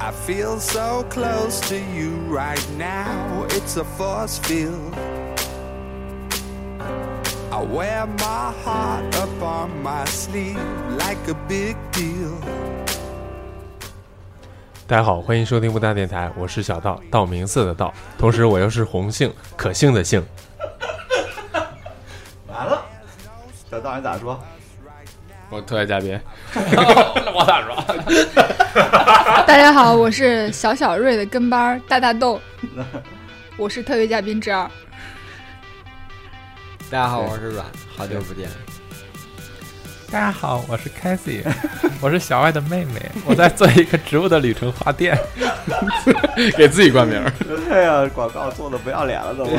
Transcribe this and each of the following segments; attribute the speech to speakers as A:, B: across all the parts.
A: I feel so close to you right now. It's a force field. I wear my heart up on my sleeve like a big deal.
B: 大家好，欢迎收听布达电台，我是小道，道明寺的道，同时我又是红杏，可杏的杏。
C: 完了，小道你咋说？
D: 我特约嘉宾，
E: 大家好，我是小小瑞的跟班儿大大豆，我是特约嘉宾之二。
F: 大家好，我是阮，好久不见。啊
G: 大家好，我是 Cassie，我 是小爱的妹妹，我在做一个植物的旅程花 店。
D: 给自己冠名。
C: 对呀、广告做的不要脸了，怎么？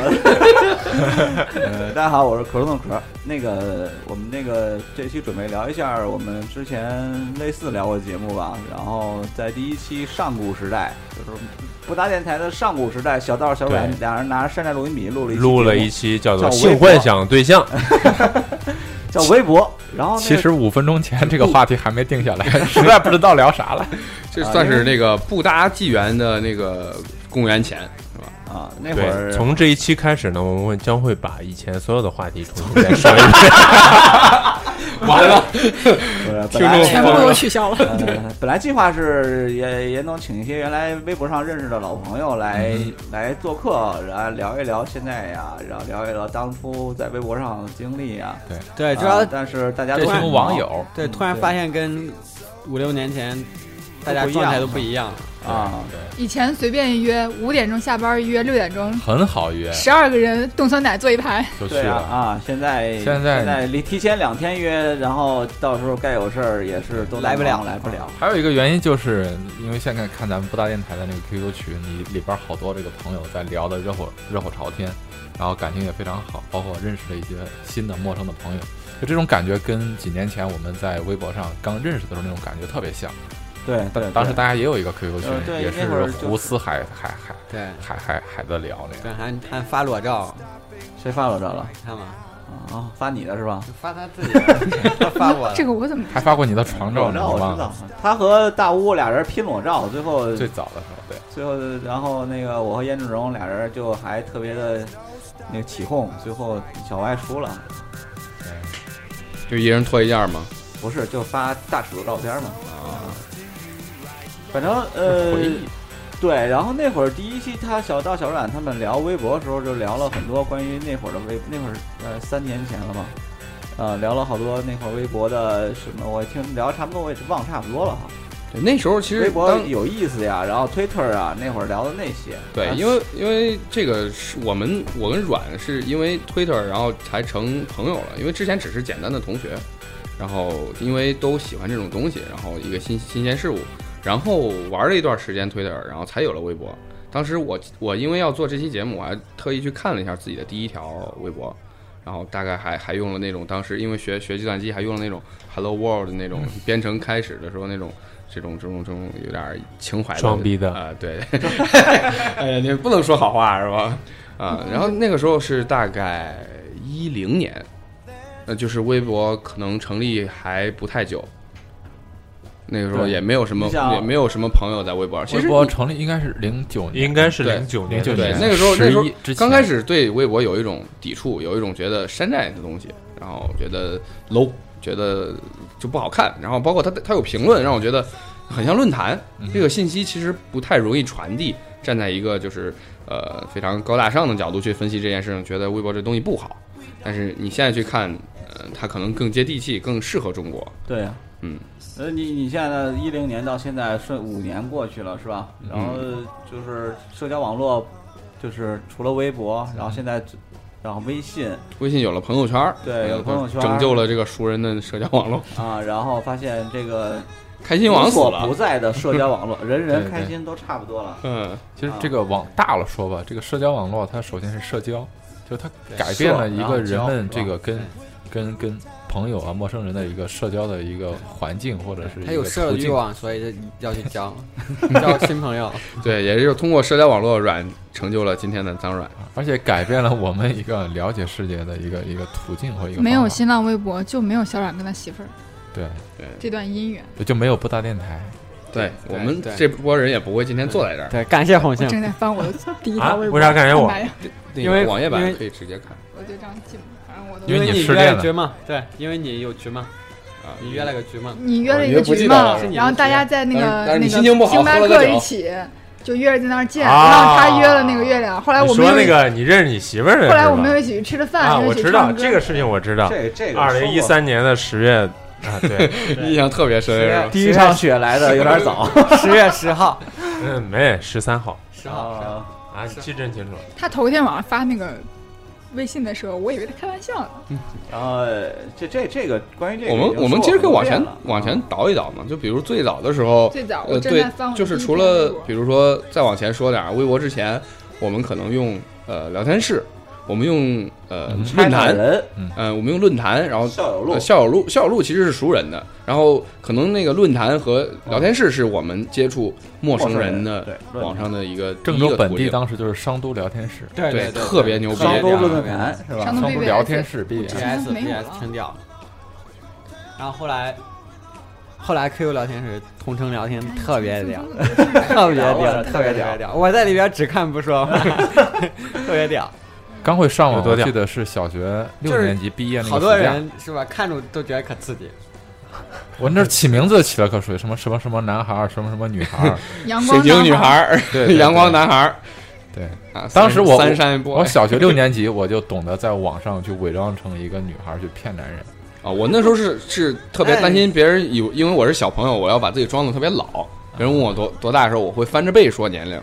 C: 呃，大家好，我是壳中的壳。那个，我们那个这期准备聊一下我们之前类似聊过的节目吧。然后在第一期上古时代，就是不搭电台的上古时代，小道小阮
B: 对
C: 俩人拿着山寨录音笔录了一期
B: 录了
C: 节
B: 一
C: 目
B: 期叫做《
C: 叫
B: 性幻想对象》，
C: 叫微博。然后那 个
G: 其实五分钟前这个话题还没定 下来，实在不知道聊啥了。
D: 这算是那个布达纪元的那个公元前，是吧？
C: 啊，那会
B: 对，
C: 儿
B: 从这一期开始呢，我们会将会把以前所有的话题重新再说一遍。
D: 完了，
C: 呃本
D: 听
C: 来那
D: 众哎全部
C: 个
D: 都
E: 取消了。
C: 呃，本来计划是也也能请一些原来微博上认识的老朋友来、
G: 嗯
C: 来做客，然后聊一聊现在呀，然后聊一聊当初在微博上的经历呀。
F: 对，
C: 啊
F: 主要
C: 但是大家
G: 这
C: 都
G: 群网友，
F: 对，突
D: 嗯
F: 然发现跟五六年前大家状态都不一样了。
C: 啊，
E: 以前随便约，五点钟下班约，六点钟，
G: 很好约，
E: 十二个人冻酸奶坐一排。
B: 就去
C: 对啊
B: 了，
C: 啊，现在
G: 现在
C: 在离提前两天约，然后到时候该有事儿也是都啊
F: 来不了
C: 来不了。
G: 还有一个原因就是因为现在看咱们不搭电台的那个 QQ 群，你里边好多这个朋友在聊的热火热火朝天，然后感情也非常好，包括认识了一些新的陌生的朋友，就这种感觉跟几年前我们在微博上刚认识的时候那种感觉特别像。
C: 对对，
G: 当时
C: 对
G: 大家也有一个 QQ
C: 呃对
G: 群，也
C: 那会儿
G: 是
C: 就是
G: 胡思海海海
F: 对，
G: 海海海的聊那个。
F: 对，还还发裸照，
C: 谁发我这了？
F: 你看嘛，
C: 啊，发你的是吧？
F: 就发他自己的，他发
B: 啊
F: 我的
E: 这个我怎么
G: 还发过你的床照
C: 裸
G: 呢，
C: 照
G: 你
C: 我
G: 忘
C: 知道
G: 了？，
C: 他和大乌俩人拼裸照，最后
G: 最早的时候，对，
C: 最后，然后那个我和燕志荣俩人就还特别的那个起哄，最后小歪输了，
D: 就一人脱一件嘛。
C: 不是就发大尺度照片嘛。啊，反正呃，
G: 回忆
C: 对，然后那会儿第一期他小道小阮他们聊微博的时候，就聊了很多关于那会儿的微，那会儿呃三年前了嘛，呃聊了好多那会儿微博的什么，我听聊差不多我也忘差不多了哈。
D: 对那时候其
C: 微
D: 实
C: 博
D: 当
C: 有意思呀，然后 Twitter 啊，那会儿聊的那些。啊
D: 对，因为因为这个是我们我跟阮是因为 Twitter 然后才成朋友了，因为之前只是简单的同学，然后因为都喜欢这种东西，然后一个新新鲜事物，然后玩了一段时间 Twitter，然后才有了微博。当时我我因为要做这期节目，我还特意去看了一下自己的第一条微博，然后大概还还用了那种当时因为学学计算机还用了那种 Hello World 那
B: 嗯
D: 种编程开始的时候那种这种这种这种有点情怀
B: 装逼的
D: 啊、对， 哎呀，你不能说好话是吧？啊，然后那个时候是大概一零年，呃，就是微博可能成立还不太久，那个时候
C: 对
D: 也没有什么
C: 你想
D: 也没有什么朋友在微博上，其
G: 微
D: 实
G: 博
D: 你
G: 成立应该是零九年，
B: 应该是
D: 对
B: 零九年
G: 零
B: 的时
G: 九
B: 候，
D: 对
G: 年
D: 那个时候那时候
G: 11之前
D: 刚开始对微博有一种抵触，有一种觉得山寨的东西，然后觉得 low，觉得就不好看。然后包括他他有评论，让我觉得很像论坛，
G: 嗯
D: 这个信息其实不太容易传递。站在一个就是呃非常高大上的角度去分析这件事情，觉得微博这东西不好。但是你现在去看，呃，它可能更接地气，更适合中国。
C: 对呀、
D: 嗯，
C: 呃，你你现在一零年到现在顺五年过去了是吧？
D: 嗯
C: 然后就是社交网络，就是除了微博，
D: 嗯
C: 然后现在，然后微信
D: 微信有了朋友圈儿，呃
C: 对有了朋友圈儿
D: 拯救了这个熟人的社交网络。
C: 啊，然后发现这个
D: 开心嗯网
C: 无
D: 死
C: 所
D: 了
C: 不，在的社交 网络，人人
G: 对
C: 开心都差不多了。
D: 嗯，
F: 啊
G: 其实这个往大了说吧，这个社交网络它首先是社交，就是它改变了一个人们这
F: 啊
G: 个跟跟跟朋友啊、陌生人的一个社交的一个环境或者是一
F: 他有
G: 个
F: 社啊
G: 途
F: 交
G: 径。
F: 网，所以就要去交 交新朋友。
D: 对，也就是通过社交网络软成就了今天的脏软。
G: 而且改变了我们一个了解世界的一个一个途径和一个
E: 没有
G: 方法
E: 新浪微博就没有小冉跟他媳妇儿
G: 对
E: 这段姻缘？
G: 对就没有不搭电台，
D: 对我们
F: 对
D: 这波人也不会今天坐在这儿，
F: 对，感谢红
E: 我
F: 杏，
E: 正在翻我的第一
B: 啊
E: 条微博，
B: 为啥感谢我
E: 干嘛呀
D: 那个
F: 因为
D: 网页
F: 因
D: 版
F: 为
D: 可以直接 看
E: 我就这样进，反正我都
G: 因为你
F: 你
G: 失恋
F: 约
G: 了
F: 局嘛，对，因为你有局嘛，
D: 啊。
F: 你约了个局嘛，
E: 你约了一
D: 我
E: 个
D: 约不
E: 局
D: 记得
E: 嘛
D: 了，
B: 啊
E: 然后大家在那
D: 但是
E: 个
D: 但是
E: 那
D: 你
E: 个
D: 心情不好
E: 星巴
D: 喝了个
E: 克
D: 酒
E: 一起，就约着在那儿见，
B: 啊
E: 然后他约了那个月亮，后来我
B: 你
E: 们
B: 说
E: 又
B: 那个你认识你媳妇儿的，
E: 后来我们又一起去吃了
B: 啊，
E: 饭，又
B: 我
E: 一起
B: 知道
E: 唱歌
B: 这个事情，我知道。
C: 这这个
B: 二零一三年的十月啊， 对，
D: 印象特别深，是吧？
C: 第一场雪来的有点早，
F: 十月十号，
B: 嗯，没十三号
F: 十号，十号
B: 啊，你记真清楚。
E: 他头一天晚上发那个微信的时候，我以为他开玩笑呢。
D: 哦
C: 然后这这这个关于这个
D: 我
C: 已经说了很多遍了，
D: 们我们其实可以往前往前
C: 啊
D: 倒一倒嘛，就比如最早的时候，
E: 最早
D: 呃，
E: 我正
D: 对
E: 在翻，我
D: 就是
E: 第一
D: 除
E: 篇微
D: 了
E: 博
D: 比如说再往前说点儿微博之前，我们可能用呃聊天室，我们用呃
G: 嗯
D: 论
C: 拆散
D: 坛，
C: 人
D: 呃我们用论坛，然后
C: 校友录
D: 呃，校友录校友录其实是熟人的，然后可能那个论坛和聊天室是我们接触陌生
C: 陌
D: 人
C: 生
D: 的
C: 人对
D: 网上的一个
G: 郑
D: 第一
G: 州
D: 个
G: 本
D: 途
G: 地
D: 径
G: 当时就是商都聊天室，
F: 对
D: 对
F: 对，
D: 特别牛逼
C: 商
D: 商
C: 周
D: 周
C: 论
D: 论
C: 论
D: 论
C: 坛是吧
E: 吧？
G: 商都
E: BBS
G: 聊天室
E: 我知
G: BBS
E: 道
F: BBS
E: 没有了
F: BBS 挺屌的。然后后来，后来 QQ 聊天室同城聊天
E: 哎
F: 特别屌，特别屌，特别屌，屌！我在里边只看不说话，特别屌。
G: 刚会上网，
B: 有多
G: 我
B: 屌
G: 记得是小学
F: 就
G: 六
F: 是
G: 年级毕业那个
F: 好多
G: 暑假，
F: 人是吧？看着都觉得可刺激。
G: 我那起名字起的可水，什么什么什么男孩儿，什么什么女孩儿，
E: 阳
D: 水
E: 光
D: 晶
E: 男
D: 女孩儿、
G: 对对对
D: 阳光男孩儿
G: 对。
D: 啊，
G: 当时我
D: 三山波
G: 我小学六年级我就懂得在网上去伪装成一个女孩儿去骗男人，
D: 啊，我那时候是是特别
C: 哎
D: 担心别人以为，因为我是小朋友，我要把自己装的特别老。别人问我多多大的时候，我会翻着背说年龄。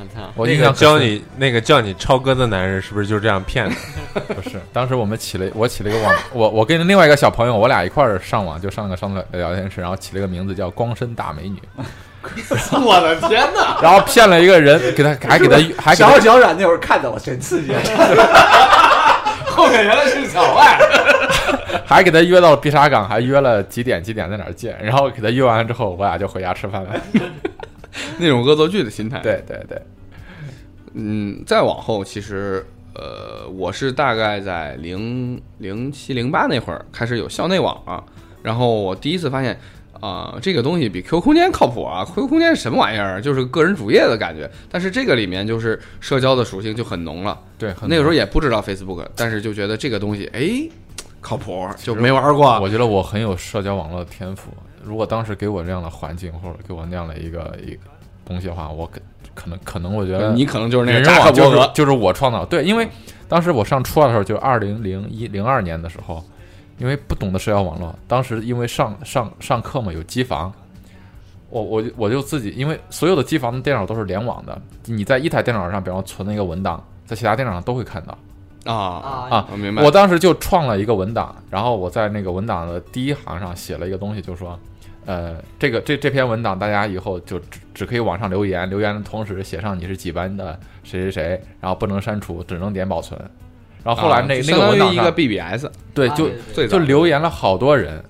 F: 我操！
G: 我
B: 那
G: 印
B: 个
G: 象可
B: 教
G: 深
B: 你那个叫你超哥的男人是不是就这 样骗的？
G: 不是，当时我们起了，我起了一个网，我我跟另外一个小朋友，我俩一块儿上网，就上了个商聊聊天室，然后起了个名字叫“光身大美女
D: 我的天哪！”，
G: 然后骗了一个人，给他还给他还给
C: 小
G: 他
C: 小冉那会儿看的我真刺激，
D: 后面原来是小外。
G: 还给他约到碧沙港，还约了几点几点在哪儿见，然后给他约完了之后，我俩就回家吃饭了。
D: 那种恶作剧的心态。，
G: 对对对，
D: 嗯，再往后其实，呃，我是大概在零零七零八那会儿开始有校内网了，然后我第一次发现。啊、这个东西比 QQ 空间靠谱啊！QQ 空间是什么玩意儿？啊就是个人主页的感觉，但是这个里面就是社交的属性就很浓了。
G: 对，很
D: 那个时候
G: 多
D: 也不知道 Facebook，但是就觉得这个东西哎靠谱，就没玩过。
G: 我觉得我很有社交网络的天赋。如果当时给我这样的环境，或者给我那样的一个一个东西的话，我可可能可能我觉得
D: 你可能就是那
G: 人
D: 个
G: 人
D: 扎克
G: 网就
D: 伯格
G: 是，就是我创造的，对，因为当时我上初二的时候，就是二零零一零二年的时候，因为不懂得社交网络，当时因为上上上课嘛有机房，我我就我就自己，因为所有的机房的电脑都是联网的，你在一台电脑上，比方存了一个文档，在其他电脑上都会看到。
D: 啊
G: 啊
D: 我明白。
G: 我当时就创了一个文档，然后我在那个文档的第一行上写了一个东西，就说，呃，这个这这篇文档大家以后就只只可以往上留言，留言的同时写上你是几班的谁谁谁，然后不能删除，只能点保存。然后后来
D: 啊
G: 那、
D: 就
G: 那个文
D: 相当
G: 档
D: 于一个啊
G: 上，
D: BBS，
F: 啊
G: 对，就
D: 最
G: 就
D: 早
G: 留言了好多人，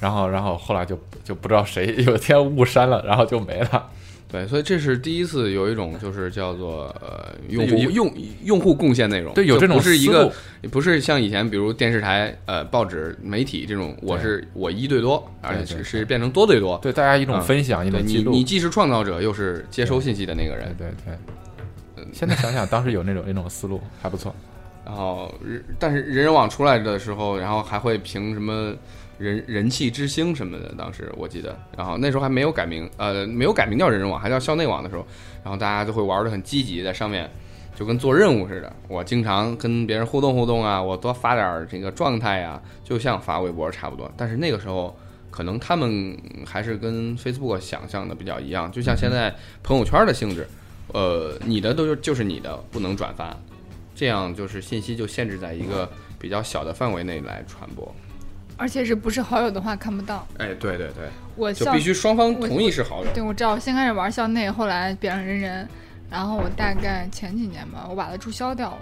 G: 然后然后后来就就不知道谁有一天误删了，然后就没了。
D: 对，所以这是第一次有一种就是叫做呃用
G: 有
D: 户
G: 有
D: 用用户贡献内容，
G: 对有
D: 就
G: 这种
D: 不是一
G: 思
D: 个
G: 路
D: 不是像以前比如电视台呃报纸媒体这种，我
G: 对
D: 是我一对多，而且
G: 对
D: 是
G: 对
D: 是变成多对多。
G: 对大家一种
D: 嗯
G: 分享，一
D: 对
G: 种
D: 你
G: 记录。
D: 你既是创造者又是接收信息的那个人
G: 对，对对，现在想想当时有那种那种思路还不错。
D: 然后人，但是人人网出来的时候，然后还会评什么人人气之星什么的，当时我记得。然后那时候还没有改名，呃，没有改名叫人人网，还叫校内网的时候，然后大家就会玩的很积极，在上面就跟做任务似的。我经常跟别人互动互动啊，我多发点儿这个状态呀、就像发微博差不多。但是那个时候。可能他们还是跟 Facebook 想象的比较一样，就像现在朋友圈的性质，呃，你的都就是你的，不能转发，这样就是信息就限制在一个比较小的范围内来传播。
E: 而且是不是好友的话看不到。
D: 哎，对对对，
E: 我
D: 就
E: 校
D: 必须双方
E: 我
D: 同意是好友。
E: 对我知道，我先开始玩校内，后来变成人人，然后我大概前几年吧，我把它注销掉了。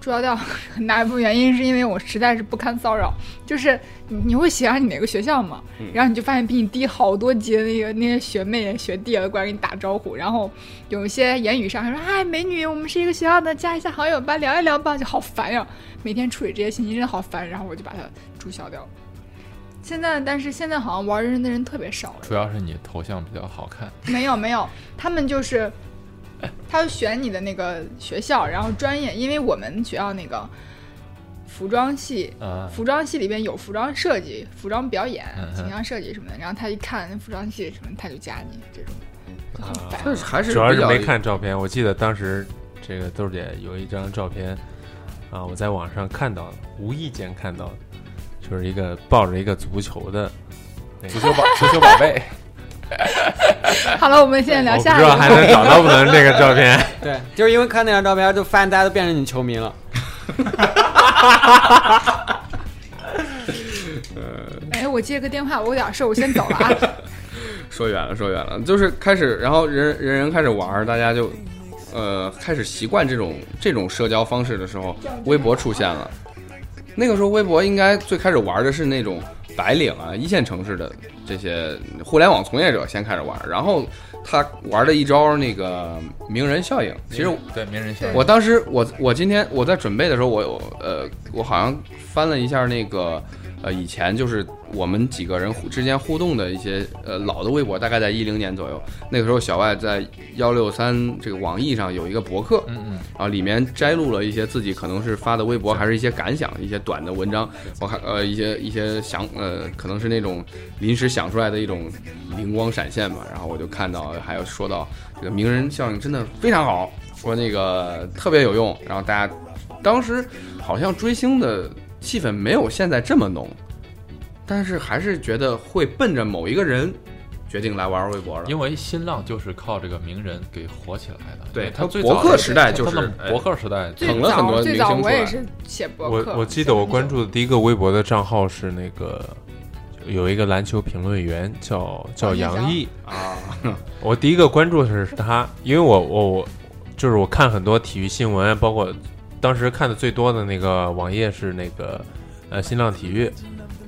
E: 注销掉 很大一部分原因是因为我实在是不堪骚扰，就是你你会喜欢你哪个学校嘛，然后你就发现比你低好多级的那个那些学妹学弟啊过来跟你打招呼，然后有一些言语上还说哎美女，我们是一个学校的，加一下好友吧，聊一聊吧，就好烦呀、每天处理这些信息真的好烦，然后我就把它注销掉了。现在，但是现在好像玩人的人特别少了。
G: 主要是你头像比较好看，
E: 没有没有，他们就是，他会选你的那个学校，然后专业，因为我们学校那个服装系，
G: 啊，
E: 服装系里边有服装设计、服装表演
G: 嗯、哼
E: 形象设计什么的，然后他一看服装系什么，他就加你这 种，就很
B: 啊
E: 烦。
D: 但是还是
B: 主要是
D: 比较
B: 没看照片。我记得当时这个豆姐有一张照片啊，我在网上看到的，无意间看到的，就是一个抱着一个足球的那
G: 足
B: 个。
G: 球宝 足球宝贝，
E: 好了，我们现在
B: 哦我
E: 聊下
B: 不知
E: 一
B: 道还能
E: 个。
B: 找到不 能这个照片，
F: 对，就是因为看那张照片，就发现大家都变成你球迷了。
E: 哎，我接个电话，我有点事儿，我先走了啊。
D: 说远了，说远了，就是开始，然后人人人开始玩儿，大家就，呃，开始习惯这种这种社交方式的时候，微博出现了。那个时候，微博应该最开始玩的是那种白领啊，一线城市的这些互联网从业者先开始玩儿，然后他玩了一招那个名人效应。 其实
G: 对名人像
D: 我当时我我今天我在准备的时候，我有呃，我好像翻了一下那个呃以前就是我们几个人互之间互动的一些呃老的微博，大概在一零年左右，那个时候小外在幺六三这个网易上有一个博客，
G: 嗯嗯，
D: 然啊后里面摘录了一些自己可能是发的微博，还是一些感想，一些短的文章，我还呃一些一些想呃可能是那种临时想出来的一种灵光闪现吧。然后我就看到还有说到这个名人效应真的非常好，说那个特别有用。然后大家当时好像追星的气氛没有现在这么浓，但是还是觉得会奔着某一个人决定来玩微博了。
G: 因为新浪就是靠这个名人给火起来的，
D: 对
G: 他最
D: 博
G: 早
D: 客
G: 的
D: 时代就
G: 他
D: 是哎
G: 们博客时代，
E: 最
D: 捧了很
E: 早
D: 多
E: 最
D: 明
E: 早
D: 星
E: 我
D: 出来
E: 也是写博
B: 我
E: 客，
B: 我记得我关
E: 注。
B: 注的第一个微博的账号是那个有一个篮球评论员叫叫杨毅，
D: 啊，
B: 我第一个关注的是他，因为我我我就是我看很多体育新闻，包括当时看的最多的那个网页是那个呃新浪体育，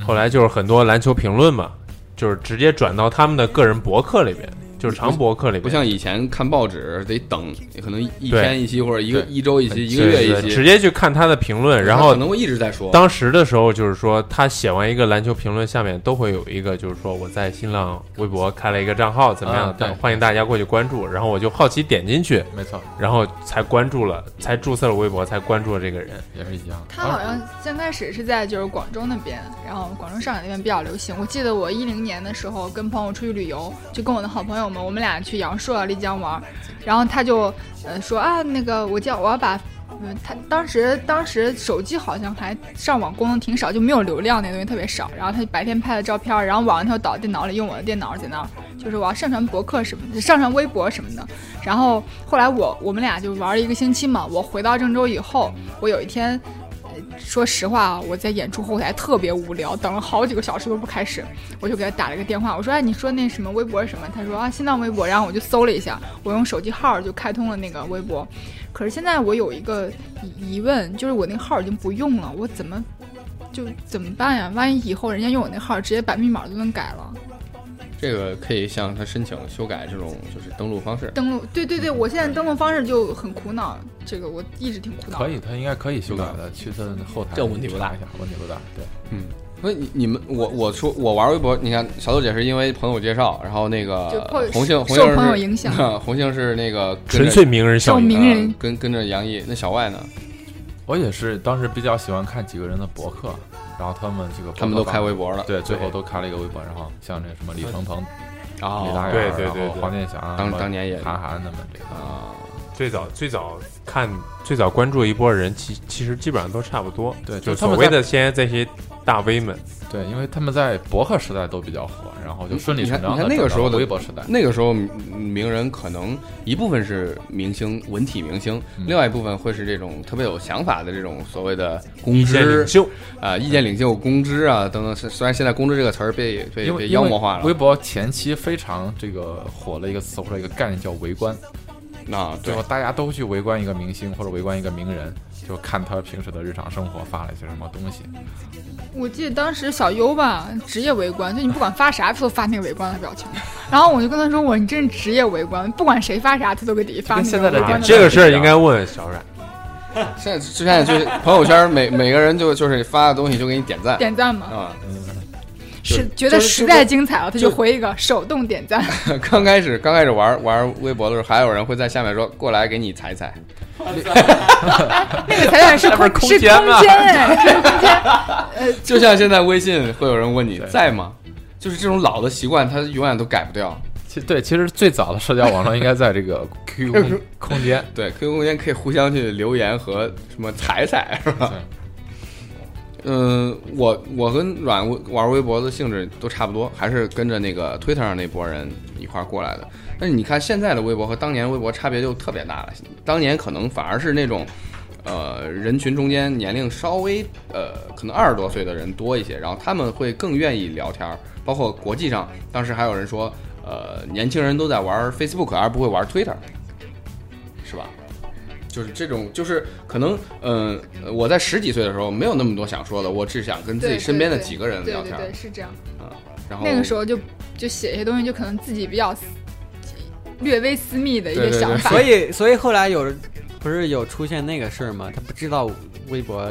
B: 后来就是很多篮球评论嘛，就是直接转到他们的个人博客里边，就是长博客里边，
D: 不像以前看报纸得等，可能一
B: 对
D: 天一期或者一个
G: 对
D: 一周一期，一个
B: 对
D: 月
B: 对
D: 一
B: 对
D: 期，
B: 直接去看他的评论，然
D: 他
B: 后
D: 可能会一直在说。
B: 当时的时候，就是说他写完一个篮球评论，下面都会有一个，就是说我在新浪微博开了一个账号，怎么样
G: 啊？对
B: 但欢迎大家过去关注。然后我就好奇点进去，
G: 没错，
B: 然后才关注了，才注册了微博，才关注了这个人。
G: 也是一样。啊
E: 他好像先开始是在就是广州那边，然后广州、上海那边比较流行。我记得我一零年的时候跟朋友出去旅游，就跟我的好朋友们，我们俩去阳朔、丽江玩儿，然后他就呃说啊，那个我叫我要把。嗯，他当时当时手机好像还上网功能挺少，就没有流量那东西特别少。然后他白天拍的照片儿，然后晚上他又导电脑里用我的电脑在那儿，就是我要上传博客什么的，上传微博什么的。然后后来我我们俩就玩了一个星期嘛。我回到郑州以后，我有一天说实话啊，我在演出后台特别无聊，等了好几个小时都不开始，我就给他打了个电话，我说：“哎，你说那什么微博什么？”他说：“啊，新浪微博。”然后我就搜了一下，我用手机号就开通了那个微博。可是现在我有一个疑疑问，就是我那个号已经不用了，我怎么就怎么办呀？万一以后人家用我那号，直接把密码都能改了。
D: 这个可以向他申请修改这种就是登录方式。
E: 登录，对对对，我现在登录方式就很苦恼，这个我一直挺苦恼。
G: 可以，他应该可以修改的，去他后台
D: 嗯这问题不大
G: 查一下，问题不大。对，
D: 所以你你们我我说我玩微博，你看小豆姐是因为朋友介绍，然后那个呃
E: 就朋友
D: 红杏红
E: 受
D: 杏是
E: 朋友影响，
D: 红杏是那个跟
B: 纯
D: 着
B: 粹名人效
E: 受
B: 应
E: 名人
D: 呃跟跟着杨毅，那小外呢？
G: 我也是当时比较喜欢看几个人的博客，然后他们这个
D: 他们都开微博了。
G: 对，最后都开了一个微博，然后像那个什么李承鹏、
D: 啊
G: 李大
B: 对
G: 远，
B: 对对
G: 然后
B: 对
G: 黄健翔，啊
D: 当
G: 什么
D: 当年也
G: 韩寒他们这个，
D: 啊，
B: 最早最早看最早关注一波人，其其实基本上都差不多。
G: 对就
B: 就
G: 他们
B: 所谓
G: 在
B: 的现在这些大 V 们，
G: 对，因为他们在博客时代都比较火，然后就顺理
D: 嗯你看
G: 成章
D: 你
G: 的
D: 看那个时候的
G: 微博时代，
D: 那个时候嗯名人可能一部分是明星文体明星，
G: 嗯
D: 另外一部分会是这种特别有想法的这种所谓的公
B: 一线
D: 知
B: 领袖，
D: 啊，意见领袖、公知啊等等。虽虽然现在“公知”这个词儿被被
G: 因为
D: 被
G: 因
D: 妖
G: 为
D: 魔化
G: 微
D: 了，
G: 博前期非常这个火了一个词或者一个概念叫围观，
D: 啊，
G: 最
D: 对
G: 后，大家都去围观一个明星或者围观一个名人，就看他平时的日常生活发了一些什么东西。
E: 我记得当时小优吧，职业围观，就你不管发啥，他都发那个围观的表情。然后我就跟他说：“我说你真是职业围观，不管谁发啥，他都给底下发
G: 跟
E: 那
G: 现在
E: 个
G: 的
E: 围
G: 点
E: 观的
B: 啊这
E: 表
B: 个事儿应该问小冉。
D: 现在现在就是朋友圈每每个人就就是发的东西就给你点赞
E: 情点赞嘛。
D: 啊，
E: 是觉得实在精彩了，他就回一个手动点赞。
D: 刚开始刚开始玩玩微博的时候，还有人会在下面说过来给你踩踩，
E: 那个彩蛋是空
B: 空
E: 是
B: 间
E: 空
B: 嘛
E: 间哎，是空间。
D: 就像现在微信会有人问你在吗？就是这种老的习惯，它永远都改不掉。
G: 其对，其实最早的社交网络应该在这个 QQ 空空间。
D: 对，QQ 空间可以互相去留言和什么踩踩，是吧？嗯，我我跟软玩微博的性质都差不多，还是跟着那个 Twitter 上那波人一块儿过来的。但是你看现在的微博和当年微博差别就特别大了，当年可能反而是那种，呃，人群中间年龄稍微呃可能二十多岁的人多一些，然后他们会更愿意聊天儿，包括国际上当时还有人说，呃，年轻人都在玩 Facebook 而不会玩 Twitter，是吧？就是这种，就是可能，嗯、呃，我在十几岁的时候没有那么多想说的，我只想跟自己
E: 对
D: 身边的
E: 对对
D: 几个人
E: 对
D: 聊
E: 对
D: 天儿
E: 对，是这样。
D: 啊。然后
E: 那个时候就就写一些东西，就可能自己比较私略微私密的一
D: 对
E: 些
D: 对对
E: 想法。
F: 所以，所以后来有，不是有出现那个事儿吗？他不知道微博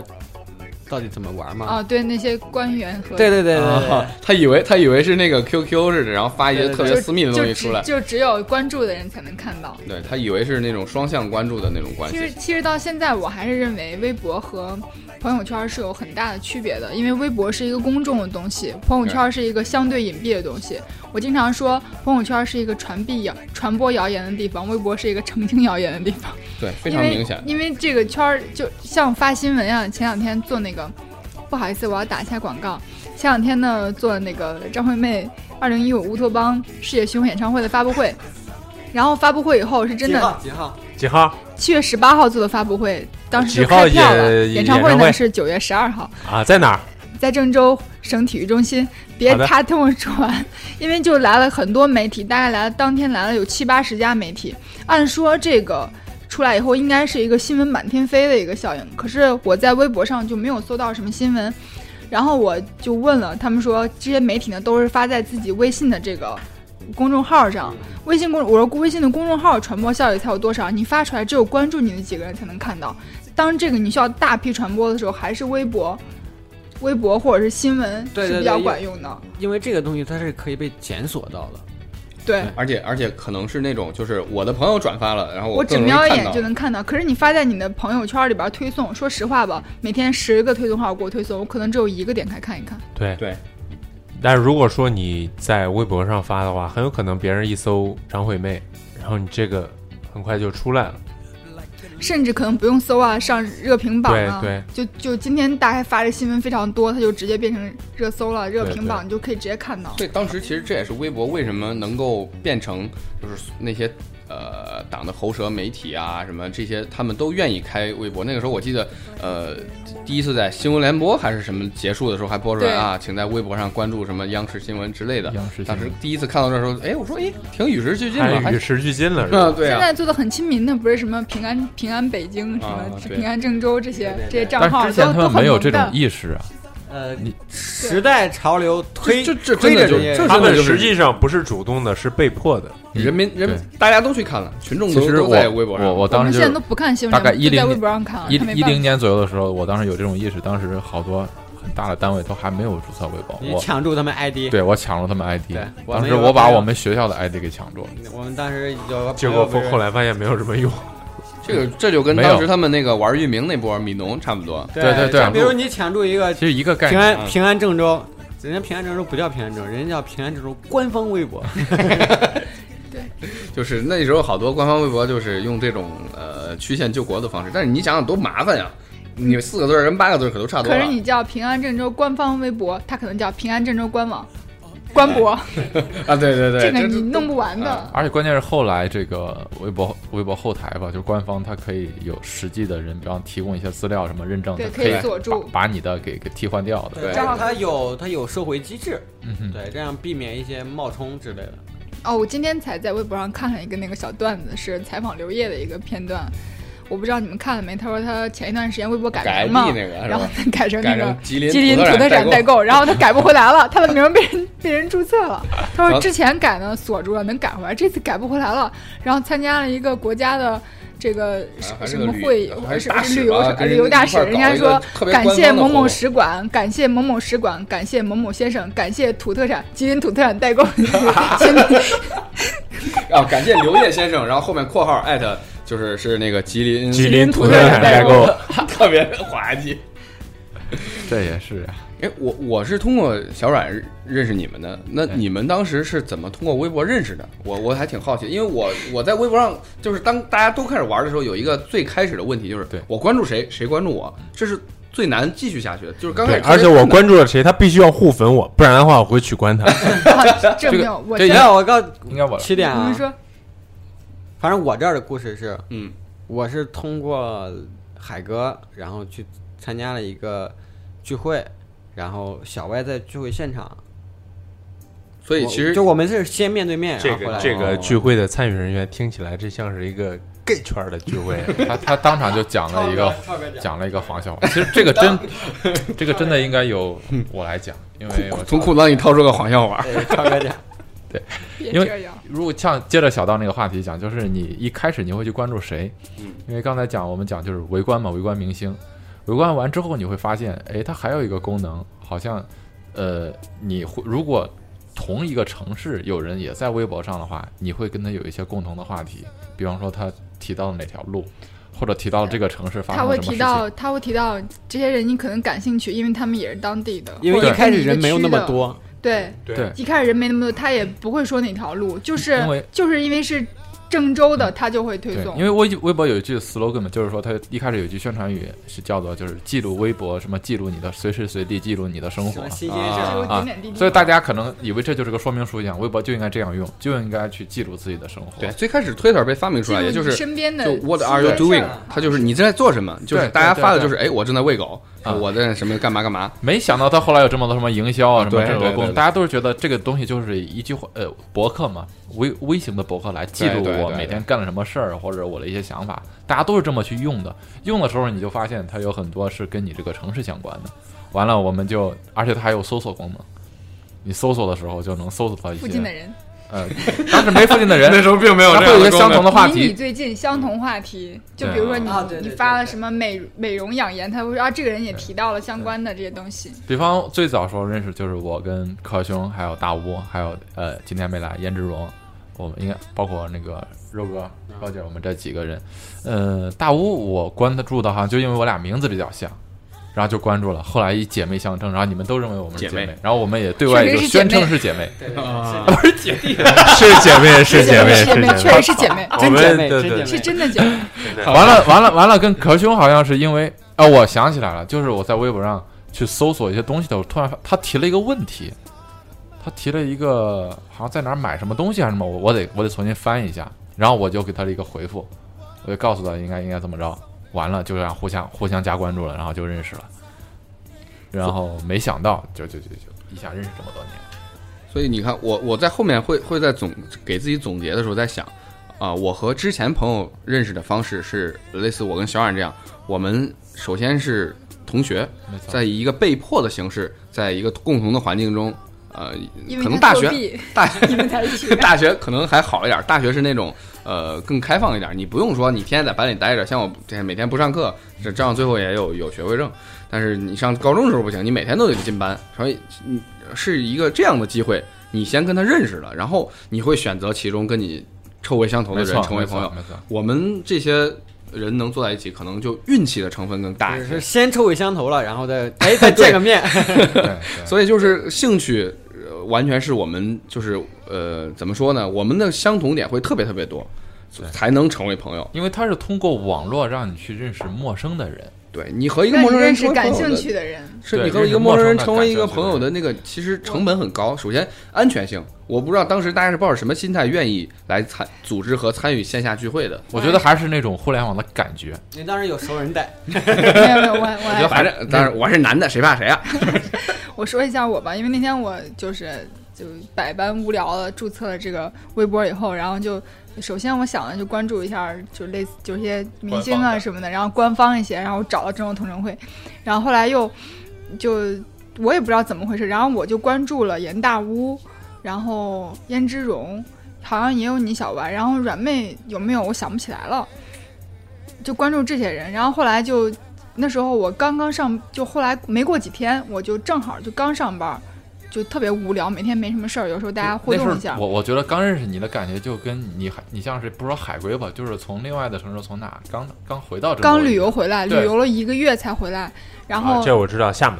F: 到底怎么玩吗？
E: 啊，对那些官员和
F: 对对对对对
D: 啊，他以为他以为是那个 QQ 似的，然后发一些
F: 对对对
D: 特别
E: 就
D: 私密的东西
E: 就
D: 出来
E: 只，就只有关注的人才能看到。
D: 对他以为是那种双向关注的那种关
E: 其实
D: 系，，
E: 其实到现在，我还是认为微博和朋友圈是有很大的区别的，因为微博是一个公众的东西，朋友圈是一个相对隐蔽的东西。我经常说，朋友圈是一个传递谣、传播谣言的地方，微博是一个澄清谣言的地方。
D: 对， 非常明显。
E: 因为。因为这个圈儿就像发新闻啊，前两天做那个，不好意思，我要打一下广告。前两天呢，做那个张惠妹二零一五乌托邦世界巡回演唱会的发布会，然后发布会以后是真
F: 几
E: 的
F: 号几号？
B: 几号
E: 七月十八号做的发布会，当时就
B: 几号
E: 开票了，
B: 演
E: 演唱会
B: 演唱
E: 呢
B: 会
E: 是九月十二号。
B: 啊？在哪儿？
E: 在郑州省体育中心。别
B: 好的
E: 他听我说 完，因为就来了很多媒体，大概来了当天来了有七八十家媒体。按说这个出来以后应该是一个新闻满天飞的一个效应，可是我在微博上就没有搜到什么新闻。然后我就问了，他们说这些媒体呢都是发在自己微信的这个公众号
F: 嗯
E: 上，微信公我说微信的公众号传播效率才有多少？你发出来只有关注你的几个人才能看到。当这个你需要大批传播的时候，还是微博、微博或者是新闻
F: 对
E: 是
F: 对
E: 比较
F: 对
E: 管用的。
F: 因为这个东西它是可以被检索到的。
E: 对，
D: 而且而且可能是那种，就是我的朋友转发了，然后
E: 我只
D: 更容易
E: 瞄一
D: 看
E: 眼
D: 到
E: 就。能看到。可是你发在你的朋友圈里边推送，说实话吧，每天十个推送号给我推送，我可能只有一个点开看一看。
B: 对
D: 对。
B: 但是如果说你在微博上发的话，很有可能别人一搜张惠妹，然后你这个很快就出来了。
E: 甚至可能不用搜啊，上热评榜啊，
B: 对
E: 就就今天大概发的新闻非常多，它就直接变成热搜了，热评
B: 对
E: 榜你就可以直接看到。
D: 对，当时其实这也是微博为什么能够变成就是那些呃党的喉舌媒体啊什么这些，他们都愿意开微博。那个时候我记得，呃，第一次在新闻联播还是什么结束的时候还播出来
E: 对
D: 啊，请在微博上关注什么央视新闻之类的。
G: 央视新闻
D: 当时第一次看到这儿的时候，哎，我说哎，挺与时俱进的，
B: 太
D: 还
B: 与时 俱进了，是
D: 啊，
B: 吧？
D: 对
E: 现
D: 啊。
E: 在做的很亲民的，不是什么平安平安北京、什
D: 啊
E: 么
D: 对
E: 平安郑州这些这些账
G: 但
E: 号
G: 是之前
E: 都
G: 他
E: 都
G: 们
E: 很
G: 没有
E: 萌
G: 这种
E: 的。
G: 意识啊，
F: 呃
G: 你，
F: 时代潮流推
D: 这这
F: 推着
D: 真的
F: 这
D: 就
F: 些
D: 这
B: 他
D: 真的
B: 们
D: 就是
B: 实际上不是主动的，是被迫的。
D: 人民人民
G: 对
D: 大家都去看了，群众
G: 其
D: 嗯都
G: 实
D: 都
G: 我
D: 在微博
G: 我
D: 上。
G: 我
E: 我
G: 当
E: 们
G: 时
E: 现
G: 就
E: 在
G: 是
E: 都不看新闻
G: 大
E: 联播，
G: 概
E: 就在
G: 10
E: 微博上看了，
G: 一
E: 他没
G: 一
E: 办
G: 零
E: 法。
G: 年左右的时候，我当时有这种意识，当时好多很大的单位都还没有注册微博，
F: 你
G: 我
F: 抢注他们 ID。
G: 对我抢了他们 ID，
F: 对我
G: 当
F: 们
G: 时
F: 有
G: 我把
F: 朋友
G: 我们学校的 ID 给抢住了。
F: 我们当时有个
B: 结
F: 朋
B: 果
F: 友啊不
B: 后
F: 是
B: 后来发现没有什么用。
D: 这个这就跟
G: 没有
D: 当时他们那个玩域名那波米农差不多。
G: 对对对
F: 就比如你抢注一个
G: 其实一个概
F: 平
G: 念，
F: 安平安郑州，人家平安郑州不叫平安郑州，人家叫平安郑州官方微博。
D: 就是那时候好多官方微博就是用这种呃曲线救国的方式，但是你想想多麻烦呀！你四个字儿跟八个字儿可都差多
E: 可
D: 了
E: 是。你叫平安郑州官方微博，它可能叫平安郑州官网、官博，
D: 啊，对对对，
E: 这个
D: 这
E: 你弄不完的。
G: 而且关键是后来这个微博微博后台吧，就是官方它可以有实际的人，比方提供一些资料什么认证，
E: 对
G: 它
E: 可
G: 以
E: 以锁住
G: 把把你的给给替换掉的。
D: 对
F: 正好它有它有收回机制，
G: 嗯哼，
F: 对，这样避免一些冒充之类的。
E: 哦，我今天才在微博上看了一个那个小段子，是采访刘烨的一个片段。我不知道你们看了没，他说他前一段时间微博
D: 改
E: 名嘛，
D: 地那个是
E: 然后
D: 吧？
E: 他改成那
D: 改
E: 个
D: 成吉林
E: 吉林土
D: 特
E: 特产
D: 代
E: 代购，然后他改不回来了，他的名儿被人被人注册了。他
D: 然后
E: 说之前改呢锁住了，能改回来，这次改不回来了。然后参加了一个国家的这个什
D: 啊还是
E: 什
D: 个
E: 么
D: 旅
E: 会
D: 还，是
E: 什
D: 大
E: 么
D: 使
E: 旅游
D: 吧
E: 什么
D: 跟
E: 旅
D: 人
E: 游
D: 家
E: 大
D: 一
E: 使
D: 块，儿
E: 人
D: 搞
E: 家
D: 一个
E: 说
D: 特别
E: 感
D: 官
E: 谢
D: 方的
E: 某
D: 活
E: 某
D: 动
E: 使馆，感谢某某使馆，感谢某某先生，感谢土特产吉林土特产代购。 前
D: 啊，感谢刘烨先生，然后后面括号艾特就是是那个吉林
B: 吉林土
E: 特产代购，
D: 特别滑稽。
G: 这也是啊，
D: 哎，我我是通过小阮认识你们的，那
G: 对
D: 你们当时是怎么通过微博认识的？我我还挺好奇，因为我我在微博上，就是当大家都开始玩的时候，有一个最开始的问题就是，
G: 对
D: 我关注谁，谁关注我，这是最难继续下去的，就是刚开
B: 对，
D: 始。
B: 而且我关注了谁，他必须要互粉我，不然的话我会取关他。
E: 这没有，我
G: 这
E: 真
F: 没
E: 的
F: 有，我告
G: 应该我了。
F: 起点
E: 我
F: 啊
E: 们，说
F: 反正我这儿的故事是，
D: 嗯，
F: 我是通过海哥，然后去参加了一个聚会，然后小歪在聚会现场，
D: 所以
F: 我
D: 其实
F: 就我们是先面对面，
B: 这
F: 然后后
B: 个
F: 来
B: 这个
D: 哦
B: 聚会的参与人员听起来，这像是一个 gay 圈儿的聚会。
G: 他他当场就讲了一个讲了一个黄笑话，其实这个真这个真的应该由我来讲，因为哎我
D: 从裤裆里掏出个黄笑话，
F: 对超 哥讲，
E: 别
G: 因为
E: 这样，
G: 如果像接着小道那个话题讲，就是你一开始你会去关注谁？
D: 嗯
G: 因为刚才讲我们讲就是围观嘛，围观明星，围观完之后你会发现，哎，它还有一个功能，好像，呃，你会如果同一个城市有人也在微博上的话，你会跟他有一些共同的话题，比方说他提到了哪条路，或者提到了这个城市发
E: 他
G: 生
E: 会
G: 了什么事情。
E: 提到，他会提到这些人，你可能感兴趣，因为他们也是当地的，
F: 因为
E: 或者
F: 一开
E: 是
F: 始
E: 你的
F: 人没有那么
E: 区的，
F: 多，
E: 对，
G: 对，
E: 一开始人没那么多，他也不会说哪条路，就是
G: 因为
E: 就是因为是郑州的，他就会推
G: 对，
E: 送
G: 因。为微微博有一句 slogan 嘛，就是说它一开始有一句宣传语是叫做就是记录微博什么记录你的随时随地记录你的生
F: 什
G: 活
F: 么，新鲜事
E: 就
F: 儿
E: 是
G: 啊
E: 点点滴滴，
G: 所以大家可能以为这就是个说明书一样，微博就应该这样用，就应该去记录自己的生活。
D: 对，最开始 Twitter 被发明出来，
E: 记录
D: 也就
E: 你
D: 是
E: 身边的啊
D: 就 What are
E: 新
D: you
E: 鲜事儿
D: doing？它就是你在做什么，就是
G: 对
D: 大家
G: 对
D: 发的
G: 对
D: 就是，哎，我正在喂狗，
G: 啊
D: 我在什么干嘛干嘛，
G: 没想到他后来有这么多什么营销啊，什么
D: 对
G: 这
D: 对
G: 个
D: 对
G: 功
D: 对
G: 能，大家都是觉得这个东西就是一句话，呃，博客嘛，微微型的博客来记录
D: 对对
G: 我
D: 对
G: 每
D: 对
G: 天干了什么事儿或者我的一些想法，大家都是这么去用的。用的时候你就发现它有很多是跟你这个城市相关的。完了，我们就，而且它还有搜索功能，你搜索的时候就能搜索到一些
E: 附近的人，
G: 呃，当时没附近的人，
D: 那时候并没有
G: 它
D: 这
G: 会
D: 样
G: 有一
D: 的
G: 个
D: 功
G: 相
D: 能
G: 同的话
E: 离你
G: 题，
E: 最近相同话题，就
G: 对
E: 比如说你
F: 啊对对
E: 你
F: 对
E: 发了
F: 对
E: 什么美美容养颜，他会说啊，这个人也提到了相关的这些东西。
G: 比方最早时候认识就是我跟柯兄，还有大乌，还有呃今天没来颜志荣，我们应该包括那个肉哥、高姐，我们这几个人。呃，大乌我关注的好像就因为我俩名字比较像，然后就关注了。后来以姐妹相称，然后你们都认为我们是姐
D: 姐妹
G: 然后我们也对外
E: 确
G: 就
E: 实是
G: 宣
E: 姐妹
G: 称是姐妹。
D: 不是姐弟，
B: 是姐妹，是姐妹，
E: 是姐妹，
B: 是
E: 确实是姐妹，
B: 我
F: 真
B: 们
F: 姐妹，
B: 对
F: 真姐
B: 对
F: 妹，
E: 是真的姐妹。
G: 完了完了完了，跟壳兄好像是因为啊、我想起来了，就是我在微博上去搜索一些东西的时候，突然发他提了一个问题，他提了一个好像在哪儿买什么东西还是什么，我我得我得重新翻一下，然后我就给他了一个回复，我就告诉他应该应该怎么着，完了就这样互相互相加关注了，然后就认识了，然后没想到就就就就一下认识这么多年，
D: 所以你看，我我在后面会会在总给自己总结的时候在想，啊、我和之前朋友认识的方式是类似我跟小冉这样，我们首先是同学，
G: 没错
D: 在以一个被迫的形式，在一个共同的环境中，呃，
E: 因为
D: 可能
E: 他
D: 大
E: 作
D: 学
E: 弊
D: 大。
E: 你们才一起
D: 大学可能还好一点，大学是那种呃更开放一点，你不用说你天天在班里待着，像我这每天不上课，这这样最后也有有学位证。但是你上高中的时候不行，你每天都得进班，所以你是一个这样的机会，你先跟他认识了，然后你会选择其中跟你臭味相投的
G: 没
D: 人
G: 错
D: 成为朋友。
G: 没错，
D: 我们这些人能坐在一起，可能就运气的成分更大一
F: 只
D: 些
F: 是。先臭味相投了，然后再哎 再见个面，
G: 没错对对
D: 所以就是兴趣，呃完全是我们就是呃怎么说呢？我们的相同点会特别特别多，才能成为朋友。
G: 因为他是通过网络让你去认识陌生的人。
D: 对你和一个
E: 让
D: 陌
E: 你
D: 生
E: 认
D: 人
E: 识
D: 成为
E: 感
D: 朋友
E: 兴
D: 的
E: 趣的 人，
D: 是
G: 对
D: 你和一
G: 认识
D: 个
G: 陌
D: 陌生
G: 生
D: 人
G: 的
D: 成
G: 感
D: 为一
G: 兴
D: 个
G: 趣
D: 朋
G: 的
D: 友的
G: 人
D: 那个，其实成本很高。首先，安全性，我不知道当时大家是抱着什么心态愿意来参组织和参与线下聚会的。
G: 我觉得还是那种互联网的感觉，
E: 啊
F: 因为当时有熟人带，
E: 没有没有，我我还
D: 哎反正，但是我还是男的，谁怕谁啊？
E: 我说一下我吧，因为那天我就是就百般无聊的注册了这个微博以后，然后就首先我想的就关注一下，就类似就一些明星
G: 官方
E: 啊
G: 的
E: 什么的，然后官方一些，然后找到中国同城会，然后后来又就我也不知道怎么回事，然后我就关注了严大屋，然后胭脂容，好像也有倪小白，然后软妹有没有我想不起来了，就关注这些人，然后后来就那时候我刚刚上，就后来没过几天，我就正好就刚上班，就特别无聊，每天没什么事儿，有时候大家互
G: 那时
E: 动
G: 候
E: 一下
G: 我。我觉得刚认识你的感觉就跟你海，你像是不说海归吧，就是从另外的城市从哪刚刚回到这，
E: 刚旅游，回来，旅
G: 对
E: 游了一个月才回来，然
B: 啊
E: 后
B: 这我知道，厦门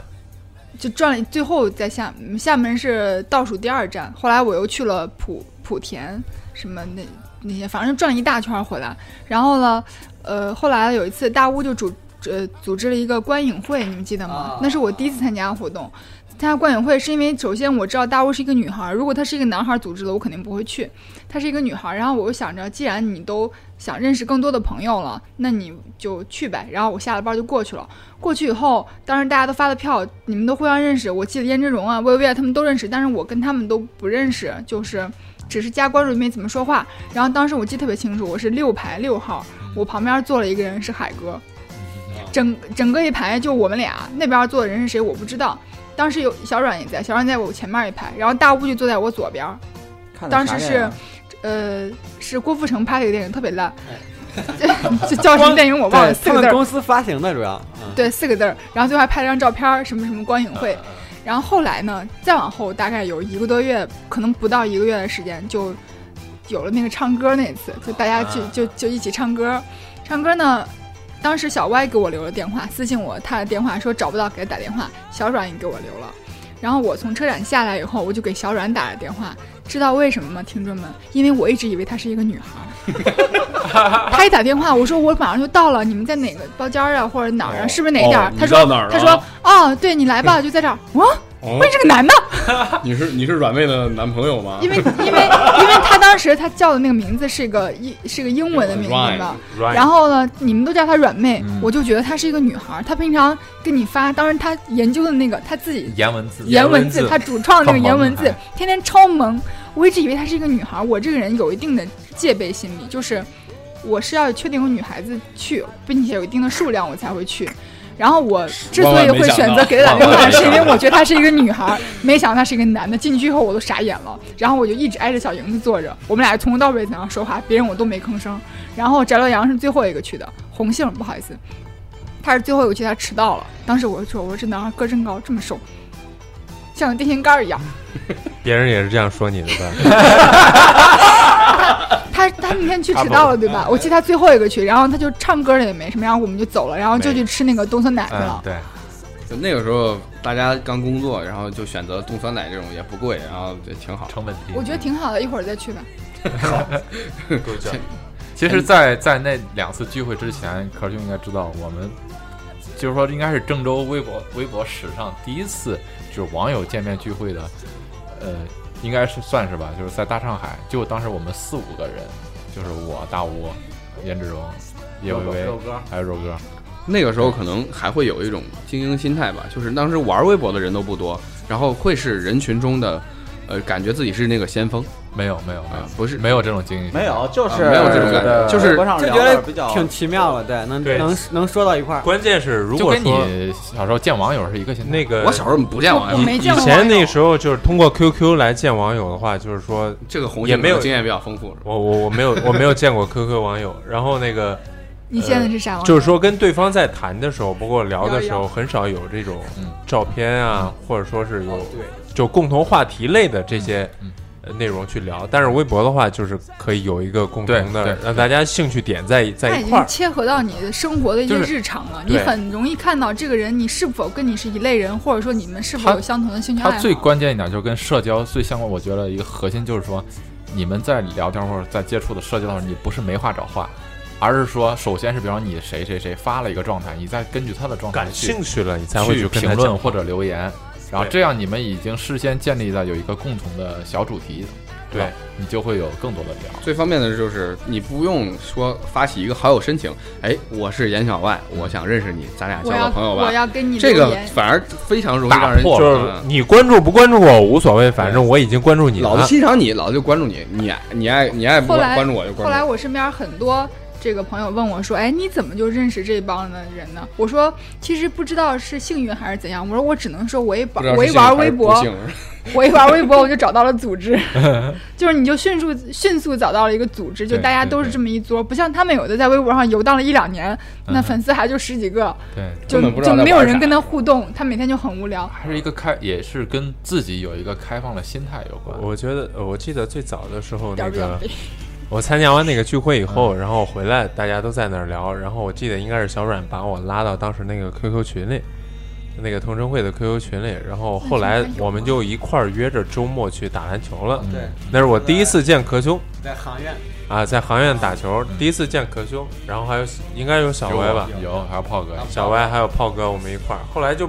E: 就转了，最后在厦厦门是倒数第二站，后来我又去了莆莆田什么那那些，反正转了一大圈儿回来。然后呢，呃，后来有一次大屋就主呃组织了一个观影会，你们记得吗？
F: 啊
E: 那是我第一次参加活动。参加观影会是因为，首先我知道大屋是一个女孩儿，如果她是一个男孩儿组织的，我肯定不会去。她是一个女孩儿，然后我又想着，既然你都想认识更多的朋友了，那你就去呗。然后我下了班就过去了。过去以后，当时大家都发的票，你们都互相认识。我记得胭脂容啊、薇薇啊，他们都认识，但是我跟他们都不认识，就是只是加关注，没怎么说话。然后当时我记得特别清楚，我是六排六号，我旁边坐了一个人是海哥，整整个一排就我们俩，那边坐的人是谁我不知道。当时有小阮也在，小阮在我前面一排，然后大乌就坐在我左边，
C: 看的
E: 当时
C: 啥
E: 是
C: 电影啊
E: 呃，是郭富城拍的一个电影，特别烂， 就叫什么电影我忘了，
F: 对
E: 四
F: 他
E: 个字
F: 们
E: 儿。
F: 公司发行的主要，嗯
E: 对，四个字儿，然后最后还拍了张照片儿，什么什么观影会。然后后来呢，再往后大概有一个多月，可能不到一个月的时间，就有了那个唱歌那次，就大家就
D: 啊
E: 就就一起唱歌，唱歌呢。当时小歪给我留了电话，私信我他的电话，说找不到给他打电话。小阮也给我留了，然后我从车展下来以后，我就给小阮打了电话，知道为什么吗，听众们？因为我一直以为她是一个女孩儿， 他一打电话，我说我马上就到了，你们在哪个包间儿啊，或者哪儿啊？是不是哪点儿？
D: 哦
E: 他
D: 你
E: 说
D: 到哪儿了？
E: 他说哦，对你来吧，就在这儿。哇，
D: 哦
E: 我是个男的，
D: 你是你是软妹的男朋友吗？
E: 因为因为因为他当时他叫的那个名字是一个英是个英文的名字嘛。
B: ，Ryan，
E: 然后呢，你们都叫她软妹，
G: 嗯
E: 我就觉得她是一个女孩儿。她平常跟你发，当然她研究的那个她自己
G: 颜文字，
E: 颜文字，
B: 字
E: 她主创那个
G: 超
E: 颜
G: 萌
E: 文字
G: 哎，
E: 天天超萌。我一直以为她是一个女孩儿，我这个人有一定的戒备心理，就是我是要确定有女孩子去，并且有一定的数量我才会去。然后我之所以会选择给她打电
G: 万
E: 话，
G: 万没想到
E: 是因为我觉得她是一个女孩儿，没想到她是一个男的。进去以后我都傻眼了，然后我就一直挨着小莹子坐着，我们俩从头到尾在那说话，别人我都没吭声。然后翟洛阳是最后一个去的，红杏不好意思，他是最后一个去，他迟到了。当时我就说，我说这男孩个真高，这么瘦，像个电线杆儿一样。
B: 别人也是这样说你的吧？嗯
E: 他他那天去迟到了，对
D: 嗯
E: 吧？我记得他最后一个去，然后他就唱歌的也没什么，然后我们就走了，然后就去吃那个东村奶去
G: 嗯
E: 了，。
G: 对，
D: 就那个时候大家刚工作，然后就选择冻酸奶这种也不贵，然后就挺好。
G: 成本低。
E: 我觉得挺好的，一会儿再去吧。
G: 其实在，在那两次聚会之前，壳儿兄应该知道，我们就是说，应该是郑州微博微博史上第一次就是网友见面聚会的，呃，应该是算是吧，就是在大上海，就当时我们四五个人，就是我大吴、颜志荣、叶薇薇
C: 肉哥，
G: 还有肉哥，
D: 那个时候可能还会有一种精英心态吧，就是当时玩微博的人都不多，然后会是人群中的，呃，感觉自己是那个先锋
G: 没有没有没
D: 啊、
G: 有
D: 不是
G: 没有这种经历，
C: 没有，就是、
D: 啊没有这种感觉就是
C: 微博上
F: 就
C: 聊
F: 觉
C: 得
F: 得
C: 比较
F: 挺奇妙的，对，能
B: 对
F: 能能说到一块儿。
B: 关键是如
G: 就
B: 果
G: 跟
B: 说
G: 你小时候见网友是一个心态。
B: 那个，
D: 我小时候不见啊网
E: 我
D: 友，
E: 没见
B: 以
E: 过
B: 前
E: 网
B: 那
E: 友
B: 时候就是通过 QQ 来见网友的话，就是说
D: 这个红
B: 也
D: 杏
B: 没有
D: 可能经验比较丰富。
B: 我我我没有我没有见过 QQ 网友，然后那个
E: 你现在
D: 呃
E: 是啥网友？
B: 就是说跟对方在谈的时候，包括聊的时
E: 聊
B: 候，很少有这种
G: 嗯
B: 照片啊，或者说是有就共同话题类的这些
G: 嗯
B: 呃内容去聊。但是微博的话，就是可以有一个共同
G: 对
B: 的，
G: 对
B: 让大家兴趣点在
E: 他
B: 在
E: 已
B: 一块
E: 经
B: 儿。
E: 切合到你的生活的一些
B: 就是
E: 日常了，
B: 对
E: 你很容易看到这个人，你是否跟你是一类人，或者说你们是否
G: 他
E: 有相同的兴趣爱
G: 它
E: 好。
G: 最关键一点就是跟社交最相关，我觉得一个核心就是说，你们在聊天或者在接触的社交的时候，你不是没话找话，而是说，首先是比方你谁谁谁发了一个状态，你再根据他的状态
B: 感
G: 去
B: 兴趣了，你才会
G: 去
B: 跟
G: 评
B: 他
G: 论
B: 讲
G: 或者留言，然后
B: 对
G: 这样你们已经事先建立在有一个共同的小主题，
B: 对
G: 吧你就会有更多的聊。
D: 最方便的就是你不用说发起一个好友申请，哎，我是严小外，我想认识你，咱俩
E: 我
D: 交个
E: 要
D: 朋友吧
E: 我。要跟你
D: 这
E: 留
D: 个
E: 言
D: 反而非常容易
G: 打
D: 让人
G: 破
B: 就
G: 了嗯
B: 是你关注不关注我无所谓，反正我已经关注你
D: 老子
B: 了。
D: 欣赏你，老子就关注你，你爱你爱你爱不
E: 后
D: 关
E: 来
D: 关注我就
E: 后来
D: 关注。
E: 我身边很多这个朋友问我说：“哎，你怎么就认识这帮的人呢？”我说：“其实不知道是幸运还是怎样，我说我只能说我一
D: 不
E: 玩
D: 知道
E: 我
D: 是
E: 一
D: 幸
E: 玩
D: 还
E: 微
D: 是不
E: 博，
D: 幸
E: 我一玩微博我就找到了组织，就是你就迅速迅速找到了一个组织，就
G: 对
E: 大家
G: 对
E: 都是
G: 对
E: 这么一撮，不像他们有的在微博上游荡了一两年，那
G: 嗯
E: 粉丝还就十几个，
G: 对，
E: 就
D: 根本不知
E: 就
D: 道在
E: 没有
D: 玩
E: 人
D: 啥
E: 跟他互动，他每天就很无聊。
G: 还是一个开，也是跟自己有一个开放的心态有关。
B: 我觉得，呃我记得最早的时候，
E: 点儿
B: 那
E: 不点儿
B: 个我参加完那个聚会以后，
G: 嗯
B: 然后回来大家都在那儿聊，然后我记得应该是小阮把我拉到当时那个 QQ 群里，那个同城会的 QQ 群里，然后后来我们就一块儿约着周末去打篮球
G: 嗯
B: 了。
F: 对，
B: 那是我第一次见壳兄
F: 在航院，
B: 啊，在航院打球，第一次见壳兄，然后还有应该有小歪吧，
G: 有，还有炮哥，
B: 小歪还有炮哥，我们一块儿，后来就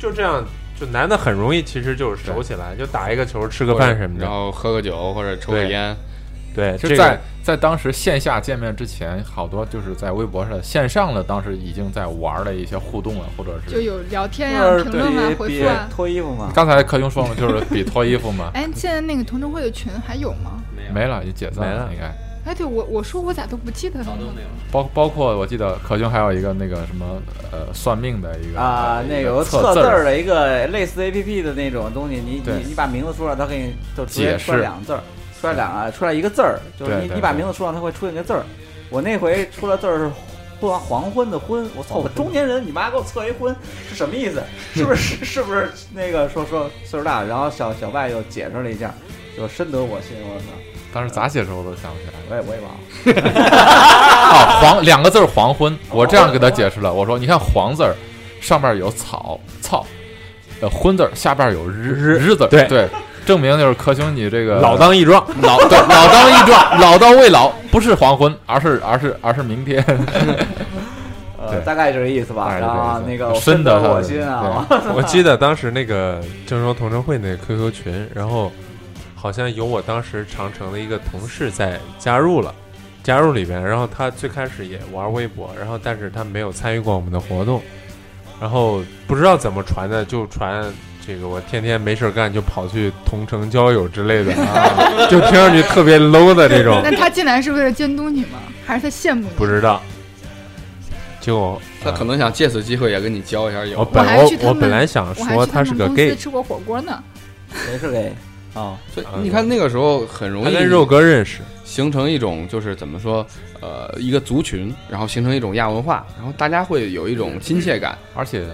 B: 就这样，就男的很容易，其实就是熟起来，就打一个球、吃个饭什么
D: 然
B: 的。
D: 后喝个酒或者抽个
B: 对
D: 烟，
B: 对，
G: 就
B: 这
G: 在
B: 个
G: 在当时线下见面之前，好多就是在微博上线上的，当时已经在玩的一些互动了，或者
E: 就是有聊天
C: 就
E: 啊、
C: 是
E: 评论啊
C: 比、
E: 回
C: 比
E: 复啊。
C: 脱衣服嘛，
G: 刚才柯兄说嘛，就是比脱衣服
E: ，
G: 嘛
E: 哎，现在那个同城会的群还有吗？
G: 没了，也解散
B: 没了
G: 应该。
E: 哎，对我我说我咋都不记得了
F: 早都
E: 呢？
F: 没有了。
G: 包包括我记得柯兄还有一个那个什么呃算命的一个
C: 啊，
G: 呃
C: 那
G: 一
C: 有个
G: 测
C: 测
G: 字
C: 字儿
G: 儿
C: 的一个类似 A P P 的那种东西，你
G: 对
C: 你你把名字输上，它给你就直
G: 解
C: 接
G: 释
C: 出来两个字儿，出来两个出来一个字儿，就是
G: 对
C: 你
G: 对
C: 你把
G: 对
C: 名字输上，它会出现一个字儿。我那回出了字儿是昏黄昏的昏，我操，我中年人，你妈给我测一昏是什么意思？是不是是不是那个说说岁数大？然后小小外又解释了一下，就深得我心，我操，
G: 当时咋解释我都想不起来了。
C: 我也我也忘了。
G: 啊，黄两个字儿黄昏，我这样给他解释了，我说你看黄字儿上面有草草，呃昏字儿下边有日日日字儿，
B: 对
G: 对，证明就是柯兄你这个
B: 老当益壮，
G: 老对老当益壮，老当未老，不是黄昏，而是而是而是明天。
C: 呃，
G: 对
C: 大概这个意思吧。
G: 大概是
C: 然
G: 这个
C: 后
G: 意思
C: 那个
G: 深得
C: 得
G: 他
C: 我
G: 的
C: 心啊！
B: 我记得当时那个郑州同城会那个 QQ 群，然后好像有我当时长城的一个同事在加入了，加入里边，然后他最开始也玩微博，然后但是他没有参与过我们的活动，然后不知道怎么传的，就传这个我天天没事儿干就跑去同城交友之类的，啊、就听上去特别 low 的这种，
E: 那他进来是为了监督你吗？还是他羡慕你？
B: 不知道。结果
D: 他可能想借此机会也跟你交一下
B: 我
G: 哦
D: 友。
B: 本
E: 我还
B: 我
E: 去他
B: 我
E: 们
B: 本来想
E: 我还去
B: 说他是
E: 们
B: 个
E: 公
B: gay，
E: 司吃过火锅呢。
C: 谁是给啊？
D: 所以你看那个时候很容
B: 他
D: 易
B: 跟肉哥认识，
D: 形成一种就是怎么说，呃，一个族群，然后形成一种亚文化，然后大家会有一种亲切感。
G: 而且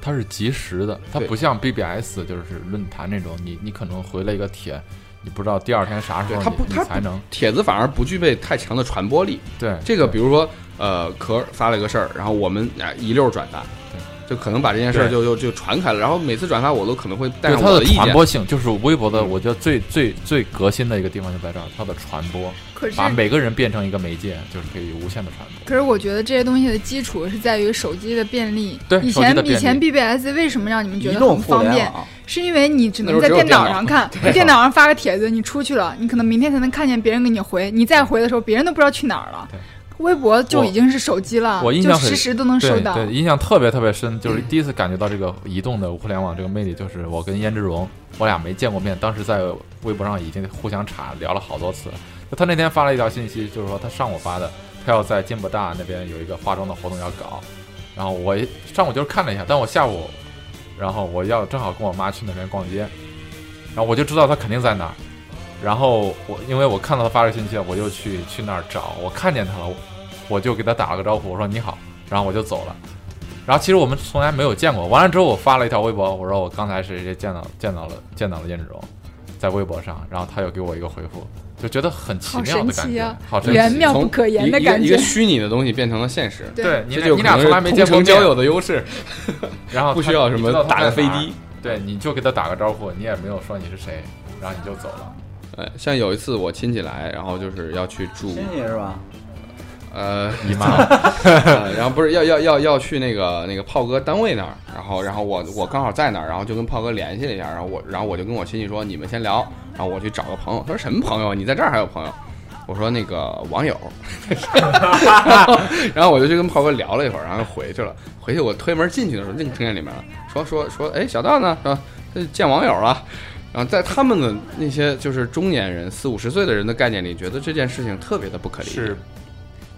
G: 它是及时的，它
D: 对
G: 不像 BBS 就是论坛那种，你你可能回了一个帖，你不知道第二天啥时候
D: 对它
G: 你
D: 不
G: 你
D: 它
G: 才能
D: 帖子反而不具备太强的传播力。
G: 对
D: 这个比如说，呃，壳儿发了一个事儿，然后我们啊一溜儿转发，就可能把这件事儿
B: 对
D: 就就就传开了。然后每次转发我都可能会
G: 对
D: 带上
G: 它
D: 我
G: 的
D: 意
G: 传
D: 见。
G: 播性，就是微博的，我觉得最最最革新的一个地方就在这儿，它的传播，
E: 可是
G: 把每个人变成一个媒介，就是可以无限的传播。
E: 可是我觉得这些东西的基础是在于手机的便利。
G: 对
E: 以
G: 手机的便
E: 前
G: 利
E: 以前 BBS 为什么让你们觉
C: 移
E: 得
C: 动
E: 很
C: 互
E: 方
C: 联
E: 便？
C: 网，
E: 是因为你只
D: 那
E: 能在
D: 时候只有
E: 电脑
D: 电脑
E: 上看，你电脑上发个帖子，你出去了，你可能明天才能看见别人给你回，你再回的时候，别人都不知道去哪儿了
G: 对。
E: 微博就已经是手机了，
G: 我印
E: 就
G: 象很
E: 实时都能收
G: 对
E: 到。
G: 对，印象特别特别深，就是第一次感觉到这个移动的互联网这个魅力，就是我跟胭脂荣，我俩没见过面，当时在微博上已经互相查聊了好多次了。就他那天发了一条信息，就是说他上午发的，他要在金博大那边有一个化妆的活动要搞，然后我一上午就是看了一下，但我下午，然后我要正好跟我妈去那边逛街，然后我就知道他肯定在那儿。然后我因为我看到他发了信息，我就去去那儿找，我看见他了，我我就给他打了个招呼，我说你好，然后我就走了。然后其实我们从来没有见过。完了之后，我发了一条微博，我说我刚才谁谁谁见到见到了见到了胭脂荣，在微博上，然后他又给我一个回复，就觉得很奇
E: 好
G: 妙
E: 神
G: 的感
E: 奇
G: 觉
E: 啊，
G: 好神奇，
E: 玄妙不
D: 从
E: 可言
D: 一
E: 的
D: 一个
E: 感
D: 一个
E: 觉。
D: 虚拟的东西变成了现实。
G: 对，你
D: 这
G: 俩
D: 就
G: 你俩
D: 可能
G: 从
D: 是
G: 来没
D: 同
G: 见过
D: 城交
G: 面
D: 友的优势，
G: 然后
D: 不
G: 他
D: 需要什么打个飞，
G: 你知道他在哪
D: 的
G: 儿。对，你就给他打个招呼，你也没有说你是谁，然后你 就走了。
D: 呃哎，像有一次我亲戚来，然后就是要去住
C: 亲戚是吧？
D: 呃，
G: 姨妈，
D: 呃 然后不是要要要要去那个那个炮哥单位那儿，然后然后我我刚好在那儿，然后就跟炮哥联系了一下，然后我然后我就跟我亲戚说你们先聊，然后我去找个朋友，他说什么朋友？你在这儿还有朋友？我说那个网友， 然后我就去跟炮哥聊了一会儿，然后又回去了。回去我推门进去的时候，就听见里面了，说说说，哎，小道呢？说这见网友了。然后在他们的那些就是中年人四五十岁的人的概念里，觉得这件事情特别的不可理喻，
B: 是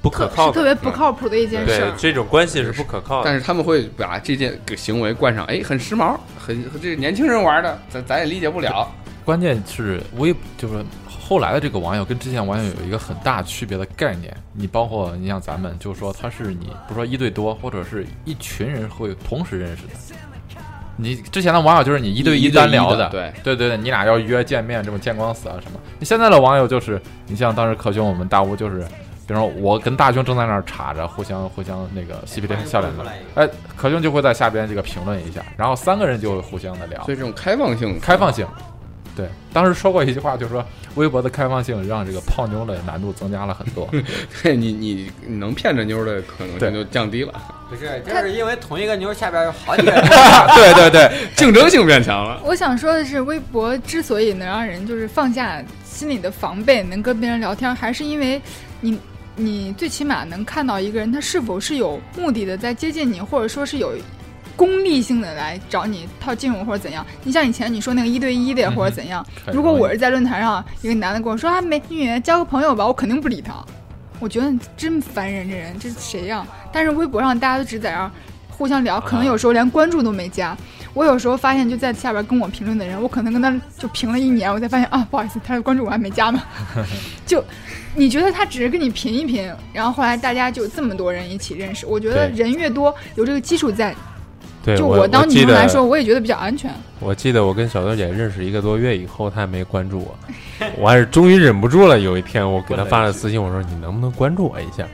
B: 不可
E: 特
B: 靠
E: 特
B: 的，嗯
E: 别不靠谱的一件事
B: 对
E: 儿。
B: 这种关系是不可靠的。
D: 但是他们会把这件行为冠上，哎，很时髦，很这是年轻人玩的，咱咱也理解不了。
G: 关键是微就是后来的这个网友跟之前网友有一个很大区别的概念。你包括你像咱们，就是说他是你不说一对多，或者是一群人会同时认识的。你之前的网友就是你一对
D: 一对
G: 单
D: 一
G: 聊
D: 的对
G: 对对对，你俩要约见面，这么见光死啊什么？你现在的网友就是，你像当时克兄我们大屋就是，比如说我跟大兄正在那儿插着，互相互相那个嬉皮笑脸的，哎，可兄就会在下边这个评论一下，然后三个人就会互相的聊
D: 所，以这种开放性，
G: 开 放性。对，当时说过一句话，就是说微博的开放性让这个泡妞的难度增加了很多。
D: 对你你你能骗着妞儿的可能
G: 对
D: 性就降低了，
F: 不是，就是因为同一个妞下边有好几个人，
D: 对对对，竞争性变强了。
E: 我想说的是，微博之所以能让人就是放下心里的防备，能跟别人聊天，还是因为你你最起码能看到一个人他是否是有目的的在接近你，或者说是有功利性的来找你套近乎或者怎样。你像以前你说那个一对一的
G: 嗯
E: 或者怎样，
G: 很
E: 如果
G: 容易
E: 我是在论坛上一个男的跟我说啊美女交个朋友吧，我肯定不理他。我觉得你真烦人，这人这是谁呀、但是微博上大家都只在那儿互相聊，
B: 啊
E: 可能有时候连关注都没加。我有时候发现就在下边跟我评论的人，我可能跟他就评了一年，我才发现啊，不好意思，他的关注我还没加 呢。就你觉得他只是跟你评一评，然后后来大家就这么多人一起认识，我觉得
B: 对
E: 人越多有这个基础在，
B: 对，
E: 就
B: 我
E: 当女
B: 记
E: 生
B: 得
E: 来说，我也觉得比较安全。
B: 我记得我跟小豆姐认识一个多月以后，她也没关注我，我还是终于忍不住了。有一天，我给她发了私信，我说：“你能不能关注我一下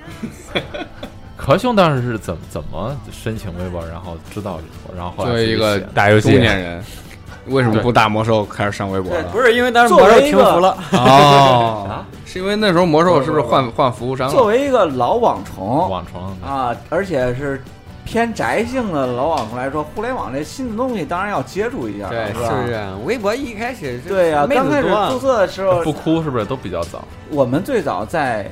G: 壳兄当时是怎么怎么申请微博，然后知道以后，然后后来
D: 作为
G: 自己
D: 一个
G: 写的？”
B: 打游
D: 中
B: 戏，
D: 年人为什么不打魔兽开始上微博 了？
F: 不是因为当时
C: 作
F: 魔兽
C: 为一
F: 停
C: 个
F: 服了，
D: 哦，是因为那时候魔兽是不是换换服务商啊
C: 作
D: 了？
C: 为一个老网虫
G: 网虫
C: 啊，而且是偏宅性的老网虫来说，互联网这新的东西当然要接触一下了，
F: 对，
C: 吧？
F: 是不啊是？微博一开始是
C: 对呀、
F: 妹
C: 刚开始
F: 子多啊
C: 注，册的时候
G: 不，哭是不是都比较早？
C: 我们最早在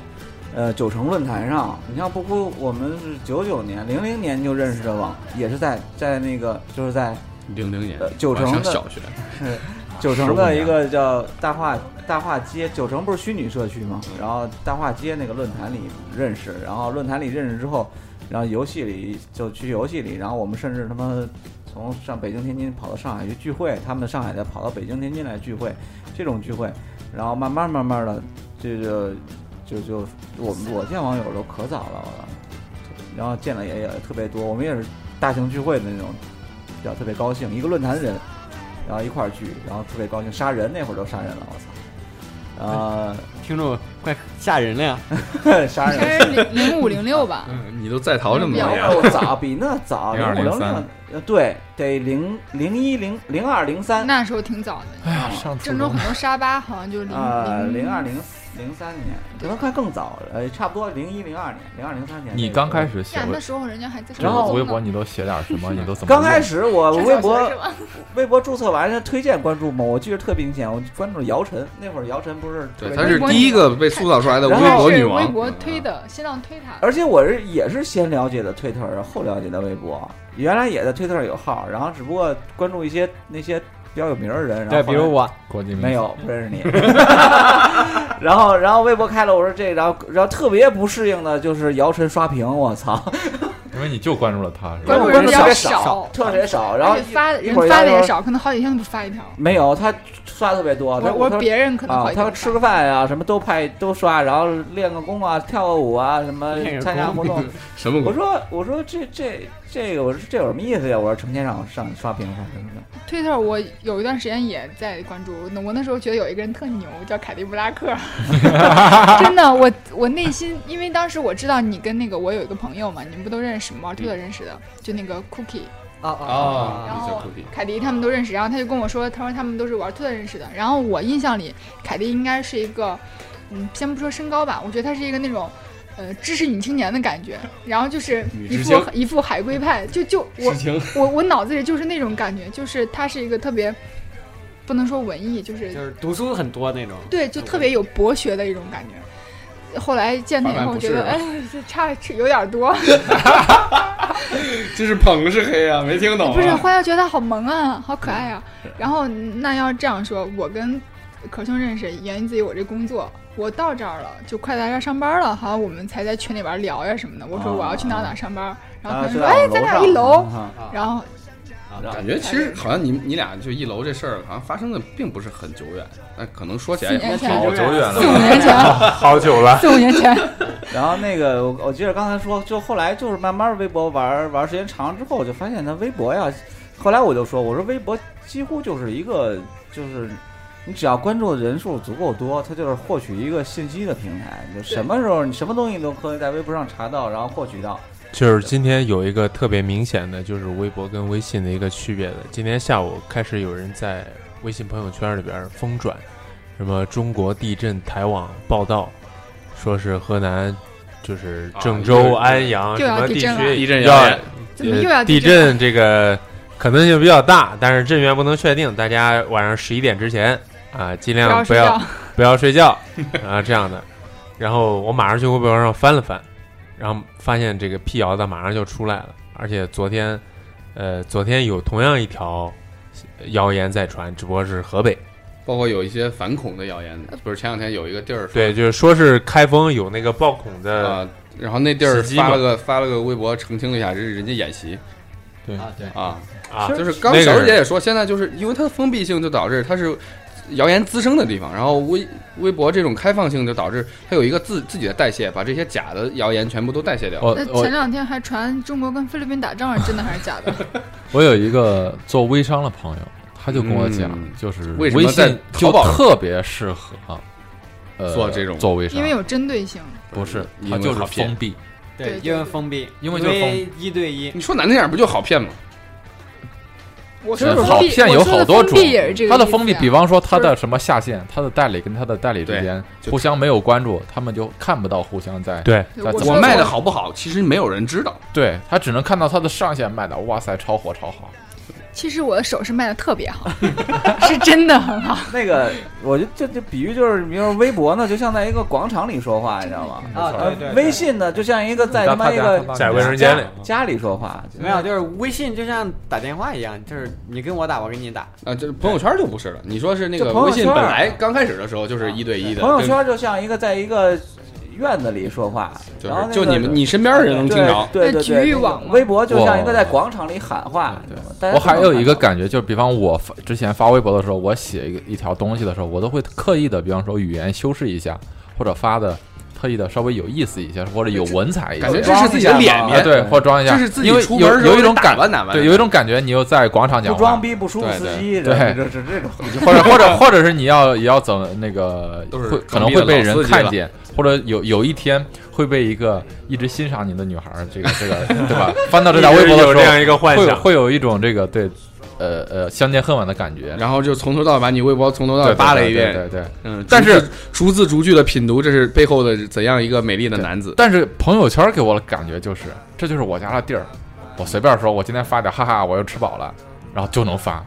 C: 呃九城论坛上，你像不哭，我们是九九年、零零年就认识的网，也是在在那个就是在
D: 零零年
C: 呃，九
D: 我还
C: 成
D: 上
C: 的
D: 小学，
C: 九城
D: 15
C: 的
D: 年
C: 一个叫大话大话街，九城不是虚拟社区吗？然后大话街那个论坛里认识，然后论坛里认识之后，然后游戏里就去游戏里，然后我们甚至他妈从上北京、天津跑到上海去聚会，他们上海的跑到北京、天津来聚会，这种聚会，然后慢慢慢慢的，这个就就我们我见网友都可早了，然后见了也也特别多，我们也是大型聚会的那种，比较特别高兴，一个论坛的人。然后一块儿聚，然后特别高兴。杀人那会儿都杀人了，我
F: 听众快吓人了呀！
C: 操！呃， 杀
E: 应该
C: 人。
E: 是零零五零六 吧，
D: 嗯，你都在逃这么
E: 比
D: 多
E: 较
D: 年
E: 晚
D: 了，
C: 我早，比那早，零
G: 02
C: 五零
G: 03
C: 六，呃，对，得零零一零零二零三
E: 那时候挺早的。
G: 哎呀，上初
E: 郑州
G: 中
E: 很多沙巴好像就是零
C: 啊，
E: 零
C: 零二零零三年，可能快更早，呃，差不多零一零二年，零二零三年。
G: 你刚开
C: 始，
G: 始写
E: 呀，那
G: 微
E: 时候人家还在
C: 然后
G: 微博，你都写点什么？你都怎么？
C: 刚开，始我
E: 上
C: 微
E: 小学
C: 博
E: 是吧
C: 微博注册完，推荐关注嘛，我记得特别明显，我关注了姚晨。那会儿姚晨不是特
D: 对，
C: 别
D: 她是第一个被塑造出来的微
C: 然后
D: 博女
E: 是
D: 王
E: 微。博推的，新浪推他的。
C: 而且我是也是先了解的推特，后了解的微博。原来也在推特有号，然后只不过关注一些那些比较有名儿的人。然后
F: 对，比如
C: 后
F: 我，
G: 国际
C: 来
G: 明
C: 没
G: 星
C: 有不认 识你。 然后然后微博开了，我说这，然后然后特别不适应的就是姚晨刷屏，我 操，
G: 因为你就关注了他，是吧
E: 关？注人比较少，
C: 特别少。然后
E: 而且发
C: 一
E: 人
C: 会儿
E: 发的
C: 要
E: 也
C: 是
E: 少，可能好几天都不发一条。
C: 没有他刷特别多，他
E: 我我
C: 他
E: 说别人可能
C: 啊
E: 好，一
C: 他
E: 点。
C: 吃个饭呀、什么都派都刷，然后练个功啊，跳个舞啊，什么
F: 练个
C: 参加
F: 功
C: 活动，
D: 什么
C: 我
D: 鬼？
C: 说我说这这这个我说这有什么意思呀？我说成天让我上刷屏刷屏的，
E: 推特我有一段时间也在关注，那我那时候觉得有一个人特牛，叫凯迪布拉克，真的，我我内心，因为当时我知道你跟那个我有一个朋友嘛，你们不都认识吗？玩推特认识的，就那个 Cookie，
F: 啊
E: 哦
D: 啊
E: 然
D: 小
E: 后
D: 酷比
E: 凯迪他们都认识，然后他就跟我说，他说他们都是玩推特认识的。然后我印象里，凯迪应该是一个，嗯，先不说身高吧，我觉得他是一个那种呃知识女青年的感觉，然后就是
D: 女
E: 一
D: 知
E: 副
D: 青
E: 一副海归派，就就我
D: 事情
E: 我我脑子里就是那种感觉，就是她是一个特别不能说文艺，就是
F: 就是读书很多那种。
E: 对，就特别有博学的一种感觉。后来见她以
D: 反反
E: 后，
D: 不
E: 觉
D: 是
E: 得
D: 啊
E: 哎，这差差有点 多，
D: 这是捧是黑啊，没听懂、啊。
E: 哎不是，后来觉得她好萌啊，好可爱啊。然后那要这样说，我跟可兄认识源于自于我这工作，我到这儿了，就快到这儿上班了，好像我们才在群里边聊呀什么的。我说我要去哪哪上班，然后
C: 啊
E: 可
C: 是
E: 兄说
C: 在我
E: 哎，
C: 们
E: 咱俩
C: 上
E: 一楼，
C: 啊
F: 啊
E: 然后
D: 感觉其实好像你你俩就一楼这事儿，好像发生的并不是很久远，但可能说起来
E: 四年
D: 也
E: 前
G: 好久远了
E: 四五年前，
B: 好久了，
E: 四五年前，
C: 然后那个，我我记得刚才说，就后来就是慢慢微博玩玩时间长之后，我就发现他微博呀，后来我就说，我说微博几乎就是一个，就是你只要关注的人数足够多，它就是获取一个信息的平台，就什么时候你什么东西都可以在微博上查到，然后获取到。
B: 就是今天有一个特别明显的，就是微博跟微信的一个区别的。今天下午开始有人在微信朋友圈里边疯转，什么中国地震台网报道，说是河南，就是郑州、
D: 啊
B: 安阳
E: 又
B: 什
E: 要
B: 么
E: 地
B: 地
E: 震了
B: 区
D: 地震
B: 要
D: 谣言
E: 怎么又要
B: 呃地
E: 震了？
B: 震这个可能性比较大，但是震源不能确定，大家晚上十一点之前啊，尽
E: 不
B: 量不
E: 睡
B: 要
E: 觉，
B: 不要睡觉 啊这样的。然后我马上去微博上翻了翻，然后发现这个辟谣的马上就出来了，而且昨天，呃，昨天有同样一条谣言在传，只不过是河北，
D: 包括有一些反恐的谣言，不是前两天有一个地儿说
B: 对，啊就是说是开封有那个暴恐的，
D: 啊、然后那地儿
B: 呃袭击
D: 发
B: 嘛
D: 了个发了个微博澄清了一下，这是人家演习
G: 对
F: 啊对
D: 啊，
B: 啊，
D: 就是刚
B: 那个
D: 小师姐也说，现在就是因为它的封闭性就导致它是谣言滋生的地方，然后微微博这种开放性就导致它有一个自自己的代谢，把这些假的谣言全部都代谢
B: 哦
D: 掉。
G: 我
E: 那
G: 我
E: 前两天还传中国跟菲律宾打仗是真的还是假的？
G: 我有一个做微商的朋友，他就跟我讲，
D: 嗯
G: 就是
D: 为什么
G: 微
D: 在
G: 信
D: 淘
G: 就
D: 宝
G: 特别适合呃
D: 做这种
G: 做微商，
E: 因为有针对性。
G: 不是
D: 因为
G: 它就是
D: 好骗
G: 封闭，
E: 对
F: 因为封闭，
G: 因为
F: 为
G: 就是封
F: 一对一，
D: 你说难听点，不就好骗吗？
E: 我
G: 其
E: 说
G: 实
E: 的
G: 好
E: 封闭
G: 骗有好多
E: 我说的
G: 种
E: 封闭也是这，个
G: 它的
E: 意思啊
G: 封闭，
E: 呀
G: 比方说它的什么下线，它的代理跟它的代理之
D: 对
G: 间
D: 就
G: 互相没有关注，他们就看不到互相在
B: 对
E: 对
G: 在
E: 我
G: 怎
E: 说
D: 我
G: 么
D: 卖的
E: 的
D: 好不好，其实没有人知道。
G: 对他只能看到他的上线卖的，哇塞，超火超好。
E: 其实我的手是卖的特别 好，是真的很好。
C: 那个，我就这这比喻就是，比如说微博呢，就像在一个广场里说话，你知道吗？
F: 啊
G: 没错
C: 呃
F: 对对，对
C: 微信呢，就像一个在
G: 你到
C: 他妈
G: 他
C: 一
G: 家
C: 个
G: 他到你
B: 在
G: 家
B: 卫生间里，
C: 家里说话，
F: 没有，就是微信就像打电话一样，就是你跟我打，我跟你打，
D: 啊，就是朋友圈就不是了。你说是那
C: 这
D: 个
C: 朋友
D: 微
C: 圈
D: 信本来刚开始的时候就是一对一的，
C: 朋友
D: 跟
C: 圈就像一个在一个院子里说话，
D: 就
C: 然后
D: 是
C: 那
D: 就
C: 个
D: 你们你身边的人能听着。
C: 对对
E: 那
C: 对，
E: 局
C: 那
E: 域
C: 个
E: 网嘛
C: 微博就像一个在广场里喊话。 大家
G: 我还有一个
C: 都能看到，
G: 感觉，就是比方我发之前发微博的时候，我写一个一条东西的时候，我都会刻意的，比方说语言修饰一下，或者发的特意的稍微有意思一些，或者有文采一
D: 感觉
G: 些。
D: 这是自己的脸
G: 啊，
D: 面，
G: 对，或者装一下，
D: 这是自己
G: 因为
D: 出门
G: 有
D: 儿时候
G: 有一种
D: 打
G: 感
D: 扮打扮
G: 对，有一种感觉，你又在广场讲
C: 不
G: 话，
C: 装逼不输入
D: 对
C: 司
D: 对
C: 机，
G: 对
C: 这这这这种。
G: 或者或者或者是你要也要怎么那个
D: 都是
G: 会可
D: 装
G: 能
D: 逼
G: 会
D: 的
G: 被
D: 老
G: 人
D: 司机
G: 看
D: 了
G: 见，或者有有一天会被一个一直欣赏你的女孩儿，这个这个对吧？翻到这条微博的时
B: 有
G: 候，
B: 这样一个幻
G: 会有
B: 想，
G: 会有一种这个对，呃呃相见恨晚的感觉。
D: 然后就从头到尾把你微博从头到
G: 对
D: 尾
G: 对
D: 扒了一
G: 对
D: 遍，
G: 对对对
D: 嗯，
G: 但是
D: 逐字逐句的品读，这是背后的怎样一个美丽的
G: 对
D: 男子。
G: 但是朋友圈给我的感觉就是，这就是我家的地儿，我随便说，我今天发点，哈哈，我又吃饱了，然后就能发。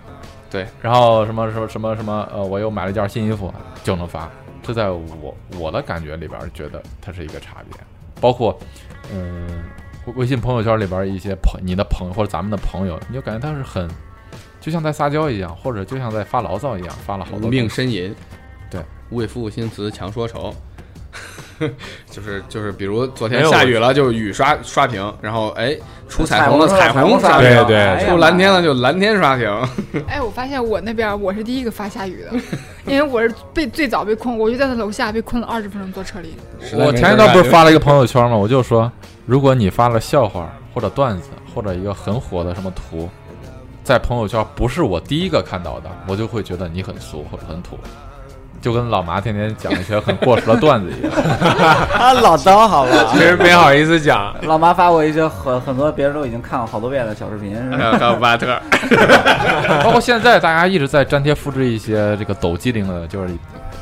D: 对，
G: 然后什么什么什么什么，呃，我又买了件新衣服，就能发。这在我我的感觉里边儿，觉得它是一个差别。包括，嗯，微微信朋友圈里边儿一些朋你的朋友或者咱们的朋友，你就感觉他是很，就像在撒娇一样，或者就像在发牢骚一样，发了好
D: 无
G: 多
D: 病
G: 病。
D: 呻吟，
G: 对，
D: 为赋新词强说愁。 就是就是，比如昨
B: 没
D: 天
B: 有
D: 下雨了，就雨刷刷屏，然后哎 出彩虹
C: 了，
D: 的彩
C: 刷
D: 虹刷
B: 屏
D: 屏，
B: 对对
C: 哎
D: 出蓝天了就蓝天刷屏。
E: 哎，我发现我那边我是第一个发下雨 的，因为我是被最早被困，我就在他楼下被困了二十分钟坐车里。
G: 我前一段不是发了一个朋友圈吗？我就说，如果你发了笑话或者段子或者一个很火的什么图，在朋友圈不是我第一个看到的，我就会觉得你很俗或者很土，就跟老麻天天讲一些很过时的段子一样。
F: 啊，老刀好吧
B: 其，实没好意思讲，
C: 老妈发过一些很很多别人都已经看过好多遍的小视频，是吧
D: 还有还有哎巴特，
G: 包括现在大家一直在粘贴复制一些这个抖机灵的，就是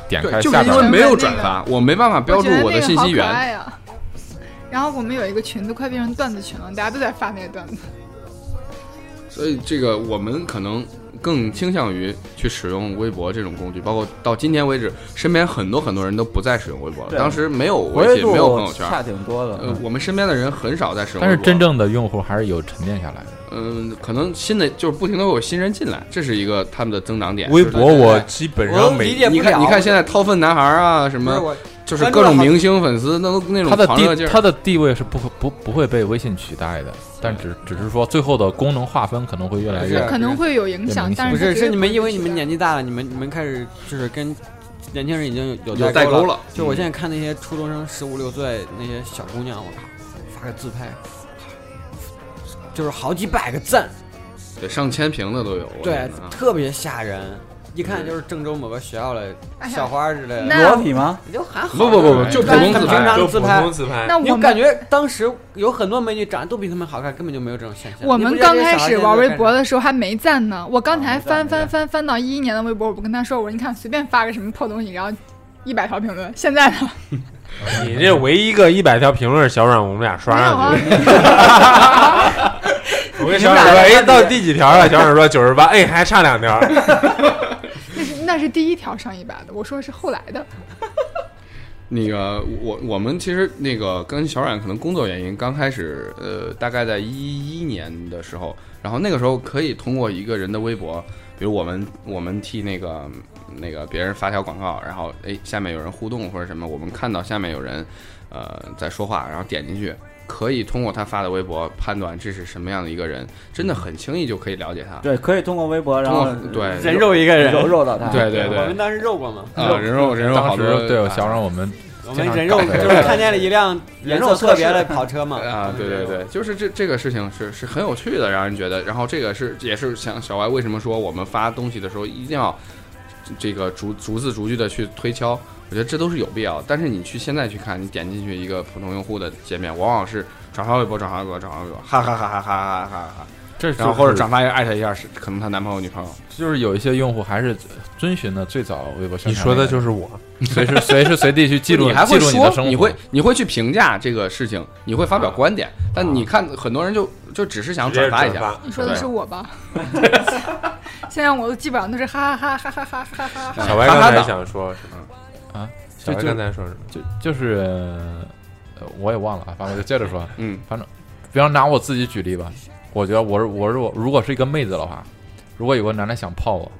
G: 点
D: 对，
G: 开
D: 就
G: 下
D: 是因
G: 边
D: 为
G: 儿
D: 没有转发，我没办法标
E: 我
D: 注
E: 觉得
D: 我的
E: 那个
D: 信
E: 好
D: 息
E: 可
D: 源。
E: 爱呀、啊然后我们有一个群都快变成段子群了，大家都在发那个段子。
D: 所以这个我们可能更倾向于去使用微博这种工具，包括到今天为止，身边很多很多人都不再使用微博了。
C: 对嗯
D: 当时没有
C: 活
D: 微
C: 跃
D: 信，
C: 度
D: 没有朋友圈，
C: 差挺多的。
D: 呃，我们身边的人很少在使用微
G: 但是
D: 博。
G: 真正的用户还是有沉淀下来的。
D: 嗯，可能新的就是不停的有新人进来，这是一个他们的增长点。
B: 微
D: 就是
B: 博我基
G: 嗯
B: 本
F: 我
B: 上
F: 理
B: 每
F: 解不
D: 你看，
F: 了
D: 你看现在掏粪男孩啊，什
F: 不是
D: 么
F: 我
D: 就是各种明星粉丝，那都那种
G: 它的
D: 狂热劲
G: 地
D: 儿
G: 它的地位是不可不不会被微信取代的，但只只是说最后的功能划分可能会越
F: 哎
G: 来
D: 是
G: 越
E: 可能会有影
G: 有
E: 响，
G: 明
E: 但
G: 显
F: 不
E: 是
F: 是是你们因为你们
E: 年
F: 年纪大了，你们你们开始就是跟年轻人已经有
D: 有
F: 代
D: 代
F: 沟
D: 沟
F: 了。
D: 了。
F: 就我现在看那些初中生十五六岁那些小姑娘，我靠，发个自拍，就是好几百个赞，
D: 在对上千评的都有。我觉得
F: 对
D: 啊，
F: 特别吓人。一看就是郑州某个学校的校花之类的，
E: 哎那
C: 裸体吗？
F: 你就还好。
D: 不不不不，
G: 哎
D: 就普
F: 但
D: 通
F: 是平
D: 自拍
F: 常。
B: 啊就
F: 自
B: 普
F: 拍
B: 通自拍，
E: 那
F: 你
E: 我
F: 感
E: 们
F: 觉当时有很多美女长得都比她们好看，根本就没有这种现象。
E: 我
F: 你不
E: 们
F: 觉得
E: 刚
F: 这
E: 开
F: 小孩
E: 始
F: 现在啊
E: 玩
F: 都
E: 微
F: 开
E: 博
F: 始
E: 的时候还没赞呢，我刚才
C: 没赞
E: 翻
C: 没
E: 翻
C: 赞
E: 翻翻到一一年的微博，我不跟他说，我说你看随便发个什么破东西，然后一百条评论，现在呢？
B: 你这唯一一个一百条评论，小阮我们俩刷上去。我跟
G: 啊
B: 小阮说，哎，到第几条了？小阮说九十八，哎，还差两条。
E: 那是那是第一条上一百的，我说是后来的，
D: 那个我我们其实那个跟小冉可能工作原因，刚开始呃大概在一一年的时候，然后那个时候可以通过一个人的微博，比如我们我们替那个那个别人发条广告，然后哎下面有人互动或者什么，我们看到下面有人呃在说话，然后点进去。可以通过他发的微博判断这是什么样的一个人，真的很轻易就可以了解他。
C: 对，可以通过微博，然
D: 通过
C: 后
D: 对
F: 人肉一个人，
C: 揉揉到它。
D: 对对
F: 我
D: 对
F: 们当时肉过吗？
D: 啊，人肉人肉好
G: 嗯当时
D: 多
G: 对
D: 啊
G: 我想让我们
F: 我
G: 经
F: 们
G: 常
F: 人肉
G: 搞这个
F: 就是看见了一辆颜色特别的跑车嘛。
D: 啊，对对对，就是这这个事情是是很有趣的，让人觉得。然后这个是也是想小歪为什么说我们发东西的时候一定要这个逐逐字逐句的去推敲，我觉得这都是有必要。但是你去现在去看，你点进去一个普通用户的界面，往往是转发微博、转发微博、转发微博，哈哈哈哈哈哈哈哈哈。
G: 这就是
D: 然后或者转发一个艾特一下是可能她男朋友女朋友，
G: 就是有一些用户还是遵循的最早微博宣传
B: 你说的就是是我，
G: 随时随时随地去记录
D: 你还
G: 记
D: 会
G: 录
D: 说
G: 你的生活，啊
D: 你会你会去评价这个事情，你会发表观点，但你看很多人就就只是想转发嗯一
B: 直
D: 下，
B: 接转发
E: 你说的是我吧？现在我都基本上都是哈哈哈哈哈哈哈
D: 哎
E: 哈。
B: 小歪刚才想说什么？
F: 啊
B: 小
G: 就
B: 歪
G: 就
B: 刚才说什么？
G: 就就是呃我也忘了，反正我就接着说，啊
D: 嗯。
G: 比方拿我自己举例吧，我觉得我是我如果如果是一个妹子的话，如果有个男的想泡我，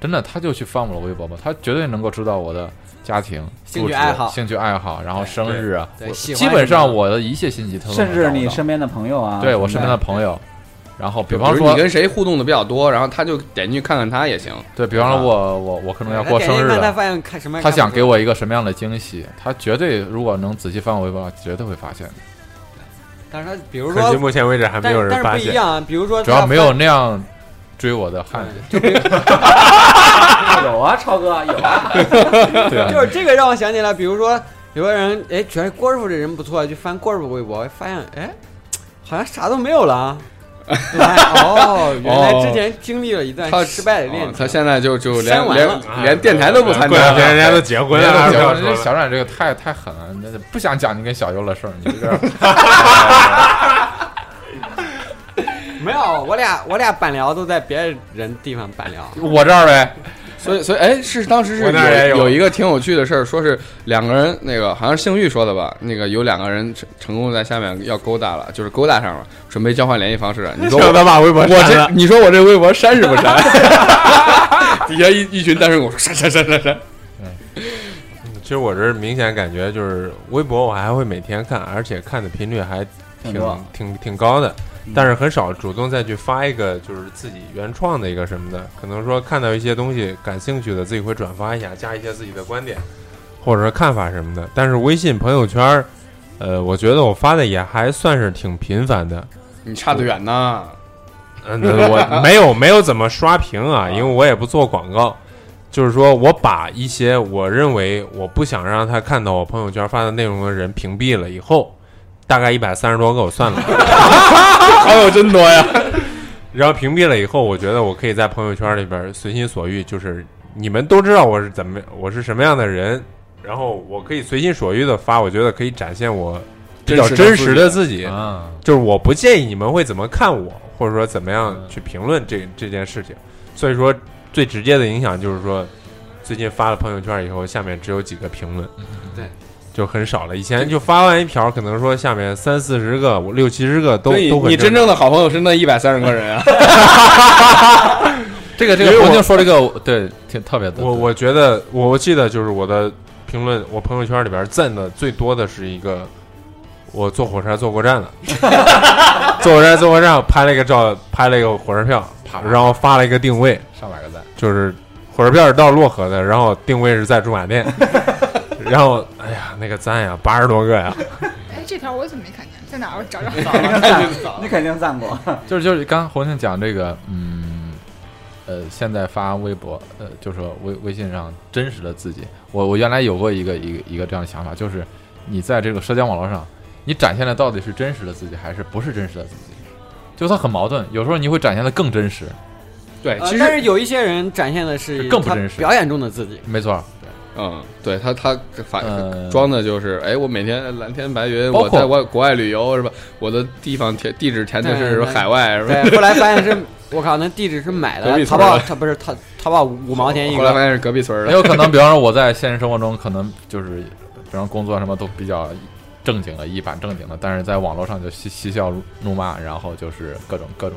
G: 真的他就去翻我的微博吧，他绝对能够知道我的家庭、
F: 兴
G: 住
F: 趣
G: 址
F: 爱好
G: 兴趣爱好，然后生日啊，
F: 对
G: 我
F: 喜欢
G: 基本
F: 什
G: 上
F: 么
G: 我的一切信息他都能
C: 甚至
G: 找
C: 你
G: 到
C: 身边的朋友啊，
G: 对我身
C: 什
G: 边
C: 么
G: 的
C: 的
G: 朋友，然后比
D: 比
G: 方
D: 如
G: 说
D: 你跟谁互动的比较多，然后他就点进去看看他也行。
G: 对比方说我我我可能要过生日
F: 他
G: 了，
F: 发现看什么？
G: 他想给我一个什么样的惊喜，他绝对如果能仔细翻我微博，绝对会发现的。
F: 但是他比如
B: 可惜
F: 说，
B: 目前为止还没
F: 但
B: 有
F: 是但
B: 人
F: 是
B: 发
F: 不一
B: 现。
F: 样啊，比如说
G: 主要没有那样追我的汉子，
F: 就比如
C: 有啊，超哥有啊，
G: 对啊，
F: 就是这个让我想起来，比如说有个人哎，觉得郭师傅这人不错，就翻郭师傅微博，发现哎，好像啥都没有了啊。原来哦，原来之前经历了一段
D: 他
F: 哎
D: 哦
F: 失败的恋情，
D: 他现在就就
F: 删完
D: 连
F: 了啊
D: 连连电台都不参
B: 过
D: 加
B: 两天人家
D: 了。
B: 都结婚
G: 人
B: 了，还
G: 家
B: 不
G: 都结
B: 要
G: 婚
B: 说
G: 这
B: 了
G: 小冉这个太太狠了，那就不想讲你跟小优的事儿，你这 个
F: 没有，我俩我俩板聊都在别人地方板聊，
G: 我这儿 呗，
D: 所以所以哎，是当时是
B: 我那儿也
D: 有
B: 有
D: 有一个挺有趣的事儿，说是两个人那个好像是姓玉说的吧，那个有两个人成成功在下面要勾搭了，就是勾搭上了，准备交换联系方式了。你说
B: 让
D: 我
B: 他把微博
D: 我
B: 删
D: 这
B: 了。
D: 你说我这微博删是不删？ 底下一一群单身狗说删删删删删。
B: 其实我这明显感觉就是微博，我还会每天看，而且看的频率还
C: 挺
B: 挺
C: 多嗯
B: 挺挺高的，但是很少主动再去发一个就是自己原创的一个什么的，可能说看到一些东西感兴趣的，自己会转发一下，加一些自己的观点或者是看法什么的。但是微信朋友圈儿，呃，我觉得我发的也还算是挺频繁的。
D: 你差得远呐。
B: 嗯， 我没有没有怎么刷屏啊，因为我也不做广告，就是说我把一些我认为我不想让他看到我朋友圈发的内容的人屏蔽了以后，大概一百三十多个我 算了，
D: 好
B: 哎
D: 友真多呀。
B: 然后屏蔽了以后，我觉得我可以在朋友圈里边随心所欲，就是你们都知道我是怎么我是什么样的人，然后我可以随心所欲的发，我觉得可以展现我比较真实的自己。
G: 啊，
B: 就是我不建议你们会怎么看我，或者说怎么样去评论这这件事情。所以说，最直接的影响就是说，最近发了朋友圈以后，下面只有几个评论，
D: 嗯对，
B: 就很少了。以前就发完一条，可能说下面三四十个、五六七十个都
D: 所以
B: 都很
D: 你真正的好朋友是那一百三十个 人啊，
G: 这个这
B: 因为
G: 个
B: 我
G: 黄静说这个我对挺特别的，
B: 我我觉得我我记得就是我的评论，我朋友圈里边赞的最多的是一个，我坐火车坐过 站了，坐火车坐过站拍了一个照，拍了一个火车票，然后发了一个定位，
G: 上百个赞，
B: 就是火车票是到漯河的，然后定位是在驻马店， 然后哎呀那个赞呀八十多个呀，
E: 哎，这条我怎么没看见？在哪儿？我找找。
C: 你肯定赞过，
G: 就是就是刚刚红静讲这个，嗯，呃，现在发微博，呃，就是说微微信上真实的自己，我我原来有过一个一个一个这样的想法，就是你在这个社交网络上，你展现的到底是真实的自己还是不是真实的自己，就它很矛盾，有时候你会展现的更真实，
D: 对，
F: 呃
D: 其
F: 但是
D: 实
F: 有一些人展现的是
G: 更不
F: 他
G: 真实
F: 表演中的自己。
G: 没错，
D: 嗯，对他他反
G: 呃
D: 装的就是，哎，我每天蓝天白云，
G: 包
D: 我
G: 括
D: 在外国外旅游是吧？我的地方填地址填的
F: 对
D: 是什么
F: 对
D: 海外是吧？
F: 对，后来发现是，我靠，那地址是买
D: 隔壁
F: 的，淘
D: 村
F: 宝
D: 儿
F: 他不是淘淘宝五毛钱一
D: 后来发
F: 个，
D: 现是隔壁村
G: 也
D: 儿的，
G: 有可能，比方说我在现实生活中可能就是，比方工作什么都比较正经的，一板正经的，但是在网络上就嬉嬉笑怒骂，然后就是各种各种，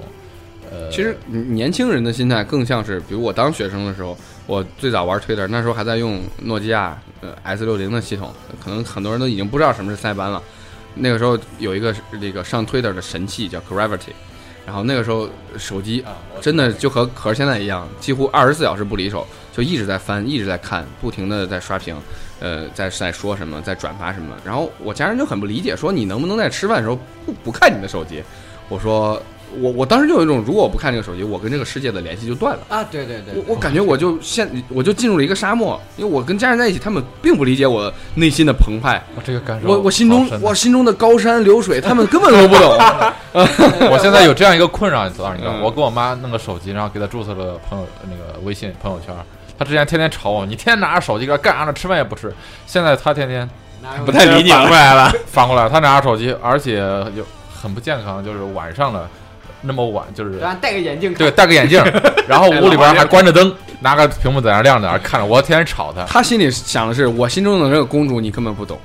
G: 呃，
D: 其实嗯年轻人的心态更像是，比如我当学生的时候，我最早玩 Twitter，那时候还在用诺基亚呃 S 六零的系统，可能很多人都已经不知道什么是塞班了。那个时候有一个那个上 Twitter 的神器叫 Gravity，然后那个时候手机
G: 啊，我
D: 真的就和和现在一样，几乎二十四小时不离手，就一直在翻，一直在看，不停的在刷屏，呃，在在说什么，在转发什么。然后我家人就很不理解，说你能不能在吃饭的时候不不看你的手机？我说我我当时就有一种，如果我不看这个手机，我跟这个世界的联系就断了。
F: 啊，对对对
D: 我我感觉我就现我就进入了一个沙漠，因为我跟家人在一起，他们并不理解我内心的澎湃，
G: 我这个感受好深啊，
D: 我我心中我心中的高山流水，他们根本都不懂。
G: 我现在有这样一个困扰，你知道你知道，
D: 嗯
G: 我给我妈弄个手机，然后给她注册了朋友那个微信朋友圈。她之前天天吵我，你天天拿着手机搁这干啥呢？吃饭也不吃。现在她天天
D: 不太 理你了
B: 反过来了，
G: 反过来，她拿着手机，而且又很不健康，就是晚上了，那么晚就是
F: 然后戴个眼镜看，
G: 对，戴个眼镜，然后屋里边还关着 灯，拿个屏幕在那亮着，看着我天天吵他。
D: 他心里想的是，我心中的那个公主，你根本不懂。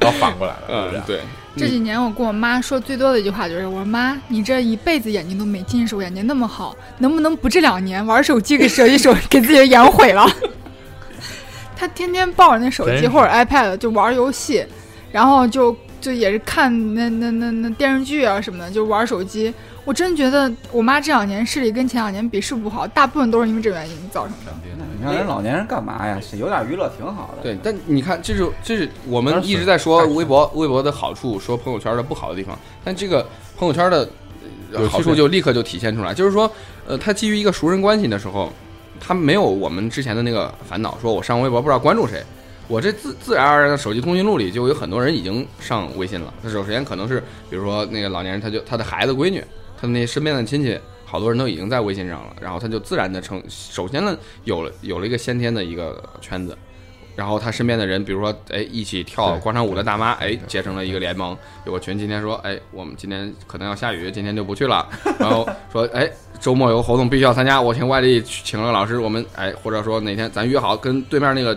G: 然后反过来了，就
D: 嗯
G: 是这，样
D: 对，
E: 这几年我跟我妈说最多的一句话就是：“我说妈，你这一辈子眼睛都没近视，我眼睛那么好，能不能不这两年玩手机给手机手给自己的眼毁了？” 她天天抱着那手
G: 真
E: 机
G: 是
E: 或者 iPad 就玩游戏，然后就就也是看那那那那电视剧啊什么的，就玩手机。我真觉得我妈这两年视力跟前两年比是不好，大部分都是因为这原因造成的。
C: 你看人老年人干嘛呀？有点娱乐挺好的。
D: 对，但你看，这就这是我们一直在说微博微博的好处，说朋友圈的不好的地方，但这个朋友圈的呃
B: 有区别
D: 好处就立刻就体现出来，就是说，呃，它基于一个熟人关系的时候，它没有我们之前的那个烦恼，说我上微博不知道关注谁。我这自自然而然的手机通讯录里就有很多人已经上微信了。他首先可能是，比如说那个老年人，他就他的孩子、闺女，他那身边的亲戚，好多人都已经在微信上了，然后他就自然的成，首先呢有了有了一个先天的一个圈子，然后他身边的人，比如说哎一起跳
G: 对
D: 广场舞的大妈，哎
G: 对
D: 结成了一个联盟，有个群今天说哎我们今天可能要下雨，今天就不去了， 然后说哎周末有活动必须要参加，我请外地去请了个老师，我们哎或者说哪天咱约好跟对面那个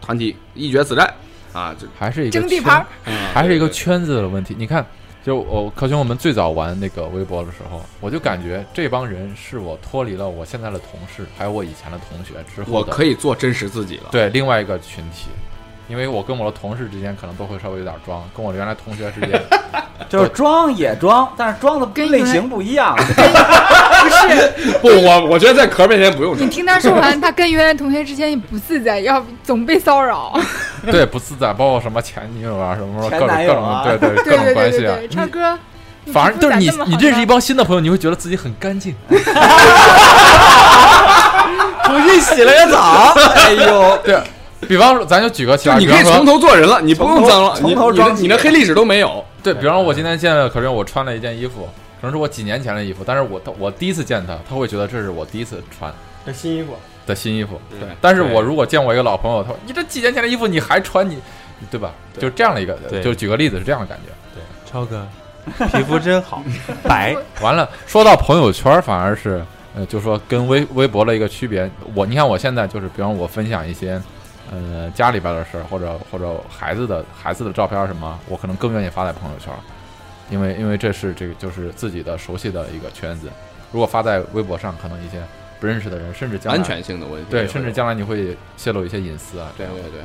D: 团体一决死战啊，这
G: 还是一个
E: 争地
G: 圈
E: 盘儿，
G: 还是一个
D: 对
G: 圈子的问题。你看，就我可兄，我们最早玩那个微博的时候，我就感觉这帮人是我脱离了我现在的同事，还有我以前的同学之后
D: 我
G: 的
D: 可以做真实自己了。
G: 对另外一个群体。因为我跟我的同事之间可能都会稍微有点装，跟我原来同学之间
C: 就是装也装，但是装的
E: 跟
C: 类
E: 原来
C: 型不一样。
D: 不，我我觉得在壳面前不 用
E: 你听她说完，她跟原来同学之间也不自在，要总被骚扰。
G: 对不自在，包括什么前女友啊，什么什么各种
C: 前男
G: 各
C: 友啊
G: 种对对 各
E: 对对
G: 种
E: 对
G: 关
E: 对
G: 系啊
E: 对，，唱歌。
G: 反而就是你
E: 皮肤咋这么，
G: 你
E: 好
G: 认识一
E: 呢
G: 帮新的朋友，你会觉得自己很干净。
C: 不去洗了个澡，哎呦，
G: 对，比方说，咱就举个其
D: 就
G: 他，
D: 你
G: 比
D: 可
G: 方
D: 以从
G: 说，
D: 头做人了，你不
C: 从
D: 用
C: 头
D: 脏了，
C: 从
D: 你
C: 头
D: 你的
C: 装起
D: 你的黑历史都没有。
G: 对，比方说，我今天见了，可是我穿了一件衣服，可能是我几年前的衣服，但是我我第一次见他，他会觉得这是我第一次穿
F: 这新衣服，
G: 的新衣服。
D: 对
G: 但是我如果见我一个老朋友，他说你这几年前的衣服你还穿，你对吧？
D: 对
G: 就这样的一个，
B: 对
G: 就举个例子是这样的感觉。
B: 超哥，皮肤真好， 白。
G: 完了，说到朋友圈儿，反而是呃，就说跟微微博的一个区别。我你看我现在就是，比方我分享一些呃家里边的事儿，或者或者孩子的孩子的照片儿什么，我可能更愿意发在朋友圈儿，因为因为这是这个就是自己的熟悉的一个圈子。如果发在微博上，可能一些不认识的人，甚至将来
D: 安全性的问题也会有。
G: 对，甚至将来你会泄露一些隐私啊，这
D: 对
G: 样
D: 对对。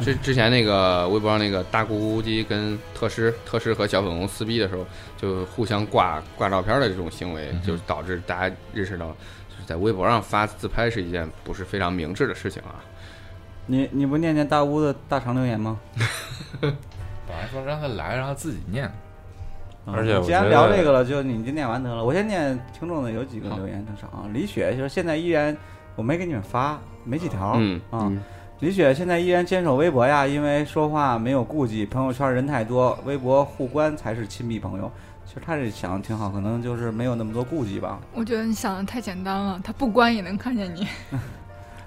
D: 之之前那个微博上那个大咕咕鸡跟特师特师和小粉红撕逼的时候，就互相挂挂照片的这种行为
G: 嗯，哼
D: 就导致大家认识到，就是在微博上发自拍是一件不是非常明智的事情啊。
C: 你你不念念大屋的大长留言吗？嗯
G: 本来说让他来，让他自己念，
C: 啊
B: 而且我
C: 既然
B: 觉
C: 聊
B: 得
C: 这个了，就你就念完得了。我先念听众的有几个留言正常啊。李雪就是现在依然，我没给你们发，没几条。
D: 嗯
C: 啊，李雪现在依然坚守微博呀，因为说话没有顾忌，朋友圈人太多，微博互关才是亲密朋友。其实他这想的挺好，可能就是没有那么多顾忌吧。
E: 我觉得你想的太简单了，他不关也能看见你。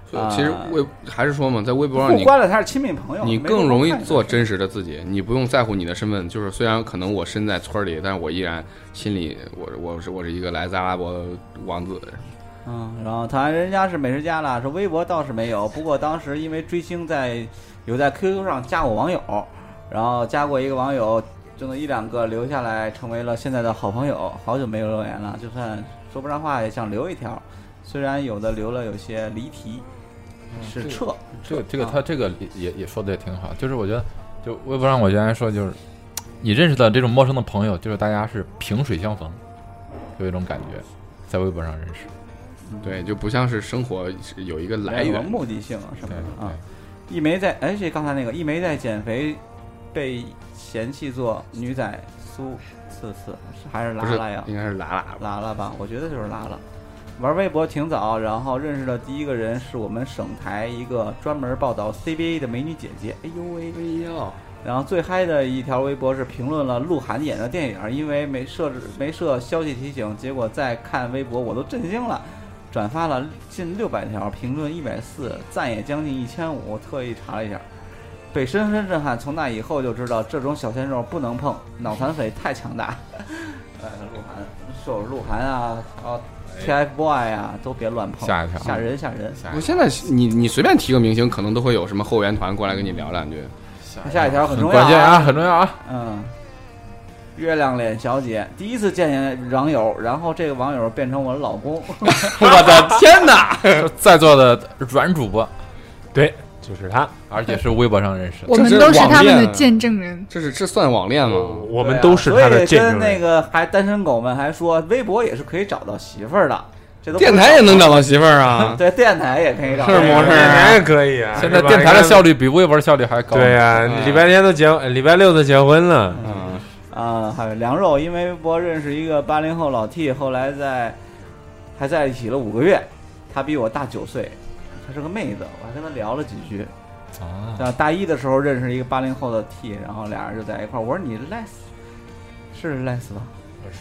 D: 所以其实微还是说嘛，在微博上
C: 互
D: 你
C: 呃关了，他是亲密朋友，
D: 你
C: 没什么
D: 更容易
C: 看
D: 做
C: 的
D: 真实的自己，你不用在乎你的身份。就是虽然可能我身在村里，但是我依然心里我我是我是一个来自阿拉伯王子。
C: 嗯，然后他人家是美食家啦，说微博倒是没有，不过当时因为追星在有在 QQ 上加我网友，然后加过一个网友，就那一两个留下来，成为了现在的好朋友。好久没有留言了，就算说不上话也想留一条，虽然有的留了有些离题，是撤，
G: 这个这个
C: 啊
G: 他这个也也说的也挺好，就是我觉得，就微博上我原来说就是，你认识的这种陌生的朋友，就是大家是萍水相逢，有一种感觉，在微博上认识，
D: 对，就不像是生活是有一个来
C: 嗯没有
D: 源。
C: 目的性啊什
G: 对
C: 么的啊。
G: 对，
C: 一梅在，哎，这刚才那个一梅在减肥，被嫌弃做女仔苏刺刺，是还是拉
D: 不是
C: 拉呀，？
D: 应该是拉拉吧。
C: 拉了吧，我觉得就是拉了。玩微博挺早，然后认识的第一个人是我们省台一个专门报道 CBA 的美女姐姐。哎呦喂！
D: 哎呦，
C: 然后最嗨的一条微博是评论了鹿晗演的电影，因为没设置没设消息提醒，结果再看微博我都震惊了。转发了近六百条，评论一百四，赞也将近一千五。我特意查了一下，被深深震撼。从那以后就知道这种小鲜肉不能碰，脑残匪太强大。 呃，鹿晗，手鹿晗啊，然后 TFBOY 啊，都别乱碰，
G: 吓一跳
C: 吓人吓人。
G: 下
D: 我现在你你随便提个明星，可能都会有什么后援团过来跟你聊两句。
C: 下一条很
G: 很
C: 重要、
G: 关键啊，很重要 啊，
C: 嗯，月亮脸小姐第一次见见网友，然后这个网友变成我的老公，
D: 我的天哪！
G: 在座的软主播，
B: 对，就是他。
G: 而且是微博上认识的，
E: 我们
D: 这是
E: 都是
D: 网
E: 他们
D: 恋
E: 的
D: 啊
E: 见证人。
D: 这是这算网恋吗？
B: 我们都是他
C: 对
B: 的
C: 啊
B: 见
C: 所以
B: 证
C: 跟那
B: 人。
C: 个还单身狗们还说，微博也是可以找到媳妇儿的，这都不
D: 电台也能找到媳妇儿啊？
C: 对，电台也可以找到
D: 是模式
B: 哎可以啊！
G: 现在电台的
B: 效
G: 效率比微博效率还高，
B: 对呀，
D: 嗯
B: 礼拜天都结，礼拜六都结婚了。
D: 嗯，
C: 啊，还有梁肉，因为微博认识一个八零后老 T，后来在还在一起了五个月，他比我大九岁，她是个妹子，我还跟她聊了几句，
G: 啊，
C: 啊，大一的时候认识一个八零后的 T，然后俩人就在一块儿。我说你 less 是 less 吧？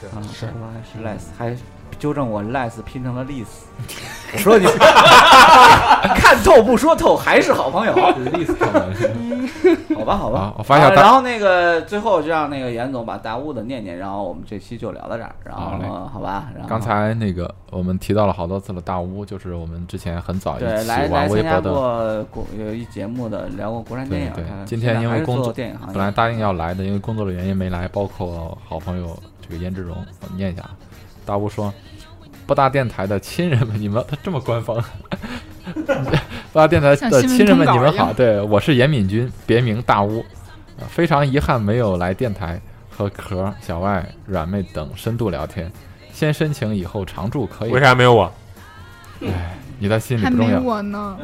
B: 是
C: 啊，
D: 是
C: 吧是 less，还纠正我 less 拼成了 less。我说你 看透不说透，还是好朋友。 好吧，好吧。
G: 啊我发现
C: 啊
G: 大
C: 然后那个最后就让那个严总把大屋的念念，然后我们这期就聊到这儿。然后
G: 好嘞
C: 好吧，然 后
G: 刚才那个我们提到了好多次了，大屋就是我们之前很早一
C: 对
G: 起
C: 来来
G: 玩微
C: 参加
G: 博的
C: 过国有一节目的聊过国产电影。
G: 对对
C: 他
G: 今天
C: 现在
G: 因为
C: 还是
G: 工
C: 做
G: 作
C: 电影行业
G: 本来答应要来的，因为工作的原因没来，包括好朋友这个燕志荣，我念一下啊。大吴说，不搭电台的亲人们，你们他这么官方，不搭电台的亲人们，你们好，对我是严敏君，别名大吴，呃非常遗憾没有来电台和壳、小外、软妹等深度聊天，先申请以后常驻可以
B: 为。啥没有我？
G: 你在心里
E: 还
G: 不重
E: 没
G: 要。
E: 我呢，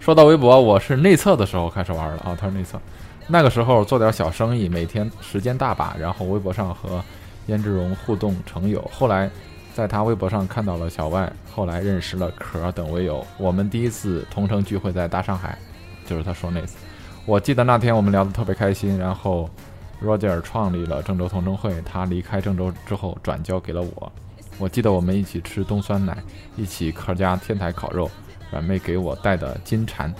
G: 说到微博，我是内测的时候开始玩的啊，他是内测，那个时候做点小生意，每天时间大把，然后微博上和燕志荣互动成友，后来在他微博上看到了小外，后来认识了壳儿等微友，我们第一次同城聚会在大上海，就是他说那次，我记得那天我们聊得特别开心，然后 Roger 创立了郑州同城会，他离开郑州之后转交给了我，我记得我们一起吃冬酸奶，一起客家天台烤肉。软妹给我带的金蝉，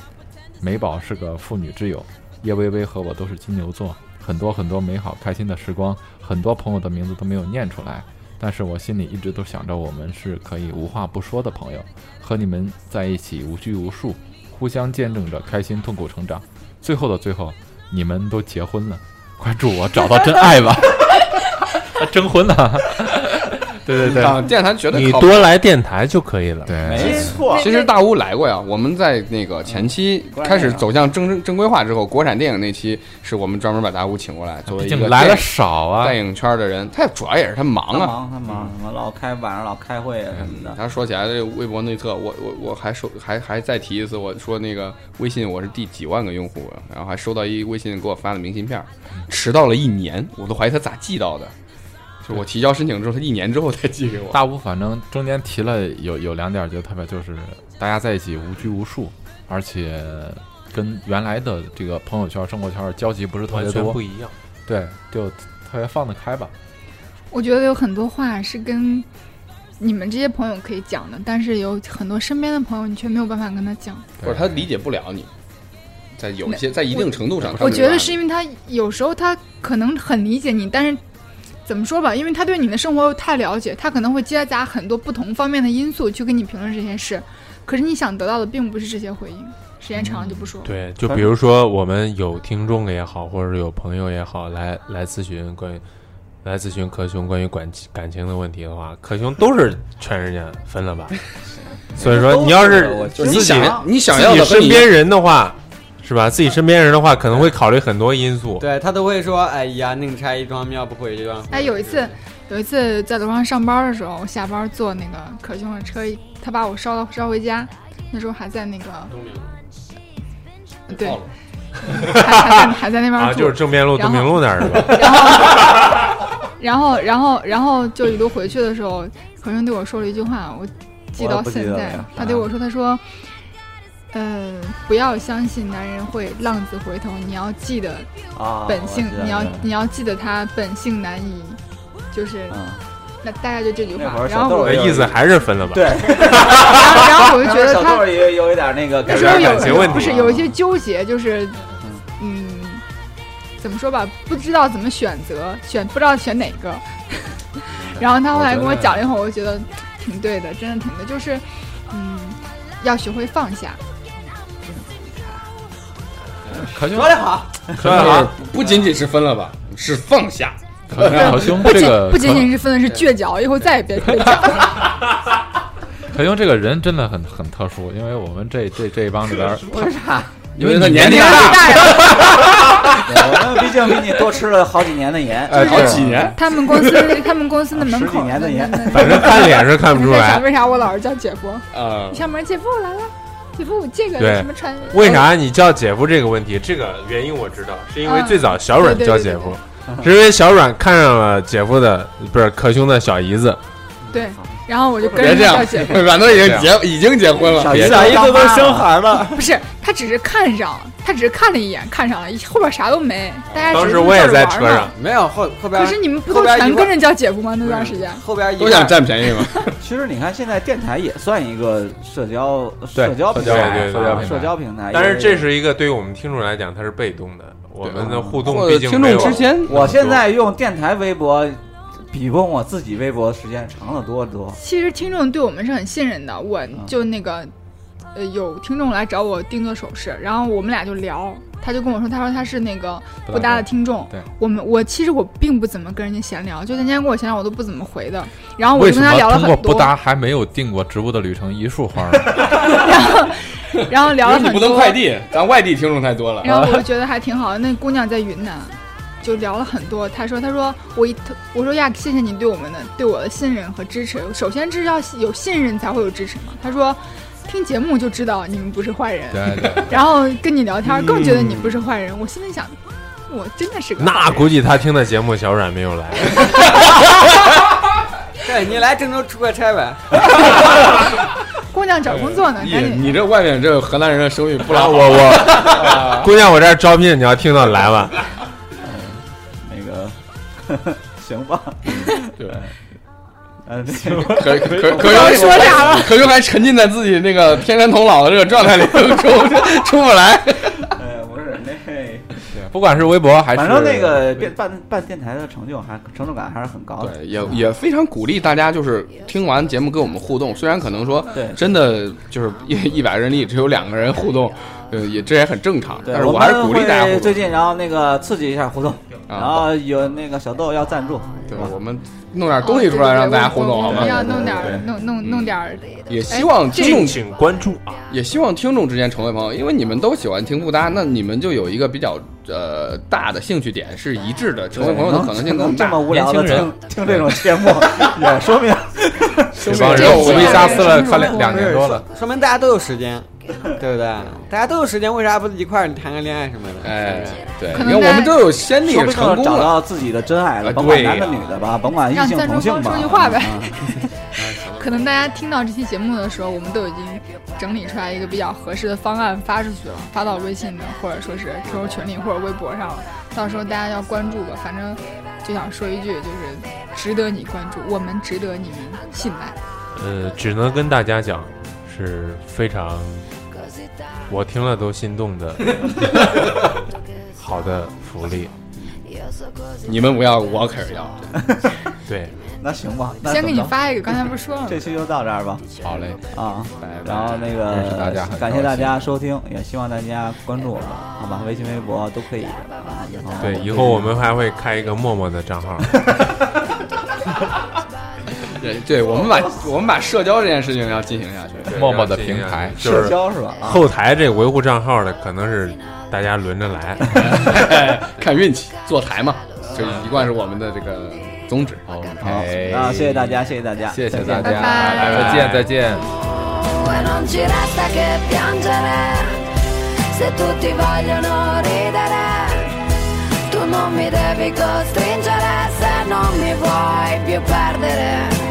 G: 美宝是个妇女之友，叶薇薇和我都是金牛座，很多很多美好开心的时光，很多朋友的名字都没有念出来，但是我心里一直都想着我们是可以无话不说的朋友，和你们在一起无拘无束，互相见证着开心痛苦成长。最后的最后，你们都结婚了，关注我，找到真爱吧！征婚 了，对对对
D: 啊，电台绝对
B: 你
D: 靠谱。
B: 多来电台就可以了。
G: 对，
C: 没错，
D: 其实大乌来过呀，我们在那个前期
C: 国产
D: 开始
C: 电影
D: 走向正正规化之后，国产电影那期是我们专门把大乌请过来，作为
G: 毕
D: 一个
G: 竟来了
D: 电
G: 少啊
D: 电，影圈的人，他主要也是他忙
C: 他
D: 啊。
C: 忙他忙，什么老开晚上老开会啊什么
G: 嗯
C: 的。
D: 嗯他说起来这微博内测，我我我还收还还再提一次，我说那个微信我是第几万个用户，啊然后还收到一微信给我发的明信片，迟到了一年，我都怀疑他咋寄到的。就我提交申请之后，他一年之后才寄给我。
G: 大乌反正中间提了有有两点，觉得特别就是大家在一起无拘无束，而且跟原来的这个朋友圈、生活圈交集不是特
B: 完
G: 别
B: 全
G: 多
B: 不，一样，
G: 对，就特别放得开吧。
E: 我觉得有很多话是跟你们这些朋友可以讲的，但是有很多身边的朋友你却没有办法跟他讲。
D: 或者他理解不了你，在有些在一定程度上，他
E: 我
D: 没
E: 觉
D: 办
E: 得
D: 法
E: 是因为他有时候他可能很理解你，但是怎么说吧，因为他对你的生活又太了解，他可能会夹杂很多不同方面的因素去跟你评论这件事。可是你想得到的并不是这些回应，时间长了就不说了。
B: 对，就比如说我们有听众也好，或者有朋友也好，来来咨询关于来咨询可熊关于感感情的问题的话，可熊都是劝人家分了吧。所以说，你要是
C: 我就
D: 就
C: 是
D: 你
B: 自己
D: 想你想要
B: 自己
D: 的和
B: 身
D: 你
B: 边人的话，是吧？自己身边人的话，可能会考虑很多因素。
F: 对他都会说，哎呀，宁拆一桩庙不毁一桩。
E: 哎，有一次，有一次在楼上上班的时候，我下班坐那个可兄的车，他把我捎到捎回家。那时候还在那个，对，还还在还在那边
B: 啊，
E: 住
B: 就是正面路、
E: 然
B: 东
E: 后
B: 明路那儿是 吧？
E: 然后，然后，然后就一路回去的时候，何生对我说了一句话，我记
C: 我
E: 到
C: 啊不记
E: 现
C: 得
E: 在
C: 了。
E: 他对我说：“他说，嗯、不要相信男人会浪子回头，你要记得
C: 啊，
E: 本性，
C: 我知道
E: 你要
C: 了
E: 你要记得他本性难移，就是、
C: 嗯，
E: 那大概就这句
C: 那
E: 话
C: 会。儿
E: 然
C: 小
E: 后
C: 豆
E: 我，
B: 我
C: 儿
B: 的意思还是分了吧。
C: 对，
E: 然后然后我就觉得
C: 小
E: 他
C: 豆也有一点那个改
E: 那时
C: 变
E: 候
C: 感
E: 有
B: 感情问题
E: 不是
C: 啊
E: 有一些纠结，就是嗯，怎么说吧，不知道怎么选择，选不知道选哪个。然后他后来跟我讲了以后，我觉得挺对的，真的挺对，就是嗯，要学会放下。
C: 嗯
G: 可熊
F: 说，的好，
G: 可熊，
D: 不仅仅是分了吧，是放下。
G: 可熊，这个
E: 不仅仅是分的是倔脚，以后再也别倔 脚。
G: 可熊这个人真的很很特殊，因为我们这这这一帮里边
E: 哦
G: 儿，
C: 为 啥？
D: 因为他
G: 你
D: 年龄
E: 年纪
D: 大，
E: 大呀，
C: 我们毕竟比你多吃了好几年的盐，
D: 哎，好几年，
E: 他们公司他们公司的门
C: 啊十几
E: 口嗯
C: 年的
E: 那
C: 烟
E: 那那
B: 反正看脸是看不出
E: 那啥
B: 来。
E: 为啥我老是叫姐夫？
D: 啊
E: 一，敲门，姐夫我来了，姐夫我这个
B: 对
E: 什么穿？哦
B: 为啥你叫姐夫这个问题？这个原因我知道，是因为最早小软叫姐夫，
E: 嗯
B: 是因为小软看上了姐夫的不是可兄的小姨子，
E: 对，然后我就跟
D: 别
E: 着
D: 这
E: 叫
D: 样
E: 姐夫。，
D: 阮都已经结已经结婚了，
C: 小姨
D: 别
C: 子啊小姨子都生
F: 孩了，
E: 不是，他只是看上，他只是看了一眼，看上了，后边啥都没。大家只
B: 当
E: 是
B: 时我也在
E: 一块
B: 车
E: 儿玩嘛
B: 上。，
F: 没有后后边
E: 可是你们不都全跟着叫姐夫吗？那段时间，
F: 后边一
D: 都
A: 啊
D: 想
F: 半
D: 占便宜嘛。
C: 其实你看，现在电台也算一个社交社交平
B: 对
C: 台，啊
B: 对
G: 对对
C: 社交平台。
B: 但是这
C: 因为
B: 是一个对于我们听众来讲，它是被动的，我们的互动
D: 或
B: 毕
D: 者
B: 竟
D: 听
B: 没
D: 众
B: 有
D: 之间，
B: 多
C: 我现在用电台微博，比用我自己微博时间长得多得多。
E: 其实听众对我们是很信任的。我就那个，呃，有听众来找我定做首饰，然后我们俩就聊，搭他就跟我说，他说他是那个不搭的听众。
G: 对
E: 我们我其实我并不怎么跟人家闲聊，就人家跟我闲聊，我都不怎么回的。然后我
G: 为
E: 就
G: 什
E: 跟他聊
G: 么
E: 了
G: 通
E: 很
G: 过
E: 多
G: 不， 搭还没有订过植物的旅程一束花呢？
E: 然后聊
D: 因
E: 了很
D: 为你
E: 多。
D: 不能快递，咱外地听众太多了。
E: 然后我觉得还挺好的。那姑娘在云南，就聊了很多。她说：“她说我一我说呀，谢谢你对我们的对我的信任和支持。首先这是要有信任才会有支持嘛。”她说：“听节目就知道你们不是坏人，
G: 对对，
E: 然后跟你聊天更觉得你不是坏人。
D: 嗯
E: 我心里想，我真的是个
B: 那
E: 坏人
B: 估计他听的节目小软没有 来，
F: 对你来郑州出个差呗，
E: 姑娘找工作呢，
D: 哎你
E: 赶紧
D: 你这外面这河南人的生意不
B: 不然
D: 拉
B: 我我姑娘我这儿招聘，你要听到来吧，
C: 那个，行吧，
D: 对，
C: 呃，对
D: 可可可
E: 要说啥了？
D: 可就还沉浸在自己那个天山童姥的这个状态里， 出出不来。
C: 呃，不是那，
G: 对，不管是微博还是
C: 反正那个电办办电台的成就还成就感还是很高的。
D: 对，也也非常鼓励大家，就是听完节目跟我们互动。虽然可能说
C: 对
D: 真的就是一一百人里只有两个人互动，呃，也这也很正常。
C: 对，
D: 但是
C: 我
D: 还是
C: 们
D: 鼓励大家
C: 会
D: 互
C: 最
D: 动。
C: 近然后那个刺激一下活动，
D: 啊
C: 然后有那个小豆要赞助，
D: 对
C: 吧，？
D: 我们弄点东西出来让大家互动，好
E: 我
D: 吗嗯
E: 们？要弄点
C: 对
E: 儿，弄弄弄点儿。哎
D: 也希望听
B: 敬
D: 众
B: 请关注啊！
D: 也希望听众之间成为朋友，因为你们都喜欢听布达，那你们就有一个比较呃大的兴趣点是一致的，成为朋友的可能性
C: 哎
D: 更
C: 能
D: 大
C: 这。么无聊的
B: 年
C: 听
B: 轻人
C: 听这种节 目，也说 明
G: 这帮人，我们一下撕了看两两年多了，
F: 说明大家都有时间，对不对？大家都有时间，为啥不一块儿谈个恋爱什么的？
D: 哎，对，
E: 可
D: 因
E: 能
D: 为我
E: 在
D: 们都有先例
C: 说不定
D: 成功
C: 找
D: 了。
C: 到自己的真爱了，
D: 啊
C: 甭管
D: 对
C: 男的
D: 呀
C: 女的吧，甭管异性
E: 让赞助
C: 同性
E: 方
C: 吧。
E: 说句话呗
C: 啊
E: 可能大家听到这期节目的时候，我们都已经整理出来一个比较合适的方案发出去了，发到微信的或者说是 QQ 群里或者微博上了。到时候大家要关注吧，反正就想说一句，就是值得你关注，我们值得你们信赖。
B: 呃，只能跟大家讲，是非常我听了都心动的好的福利。
D: 你们不要，我可是要。
B: 对，
C: 那行吧，那
E: 先给你
C: 怎么着
E: 发一个，刚才不是说了吗
C: 这？期就到这儿吧
D: 好嘞，
C: 啊。
D: 拜拜。
C: 然后那
G: 认识大家
C: 个
G: 很
C: 感谢大
G: 高兴
C: 家收听，也希望大家关注我们，好吧？微信、微博都可以。啊然后
B: 对，以后我们还会开一个陌陌的账 号。
D: 对对，我们把我们把社交这件事情要进行下 去。
B: 对
G: 陌陌的平台
B: 就
C: 社
B: 是
C: 交是吧？啊，
B: 后台这维护账号的，可能是大家轮 着来。
D: 看运气，坐台嘛，这一贯是我们的这个宗旨。
C: 好，
G: 哎
C: 那谢谢大家，谢谢大家，
G: 谢
C: 再
G: 谢
C: 见
G: 大家，
E: 拜拜
G: 哎再见再见。
H: e non ci resta che piangere. Se tutti vogliono ridere, tu non mi devi costringere se non mi vuoi più perdere.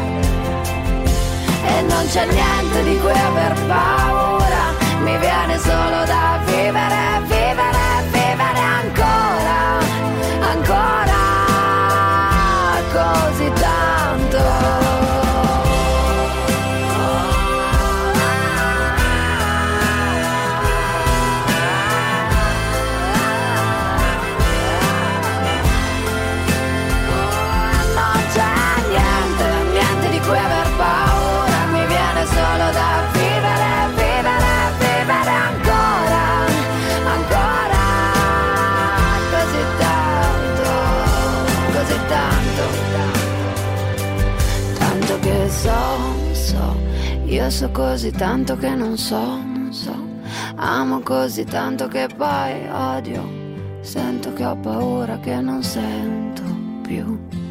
H: E non c'è niente di cui aver paura, mi viene solo da vivere, vivere, vivere ancora, ancora così tanto. non c'è niente, niente di cui aver paura, mi viene solo da vivere, vivere, vivere ancora, ancora, così tanto, così tanto, tanto che so, so, io so così tanto che non so, non so, amo così tanto che poi odio, sento che ho paura che non sento più.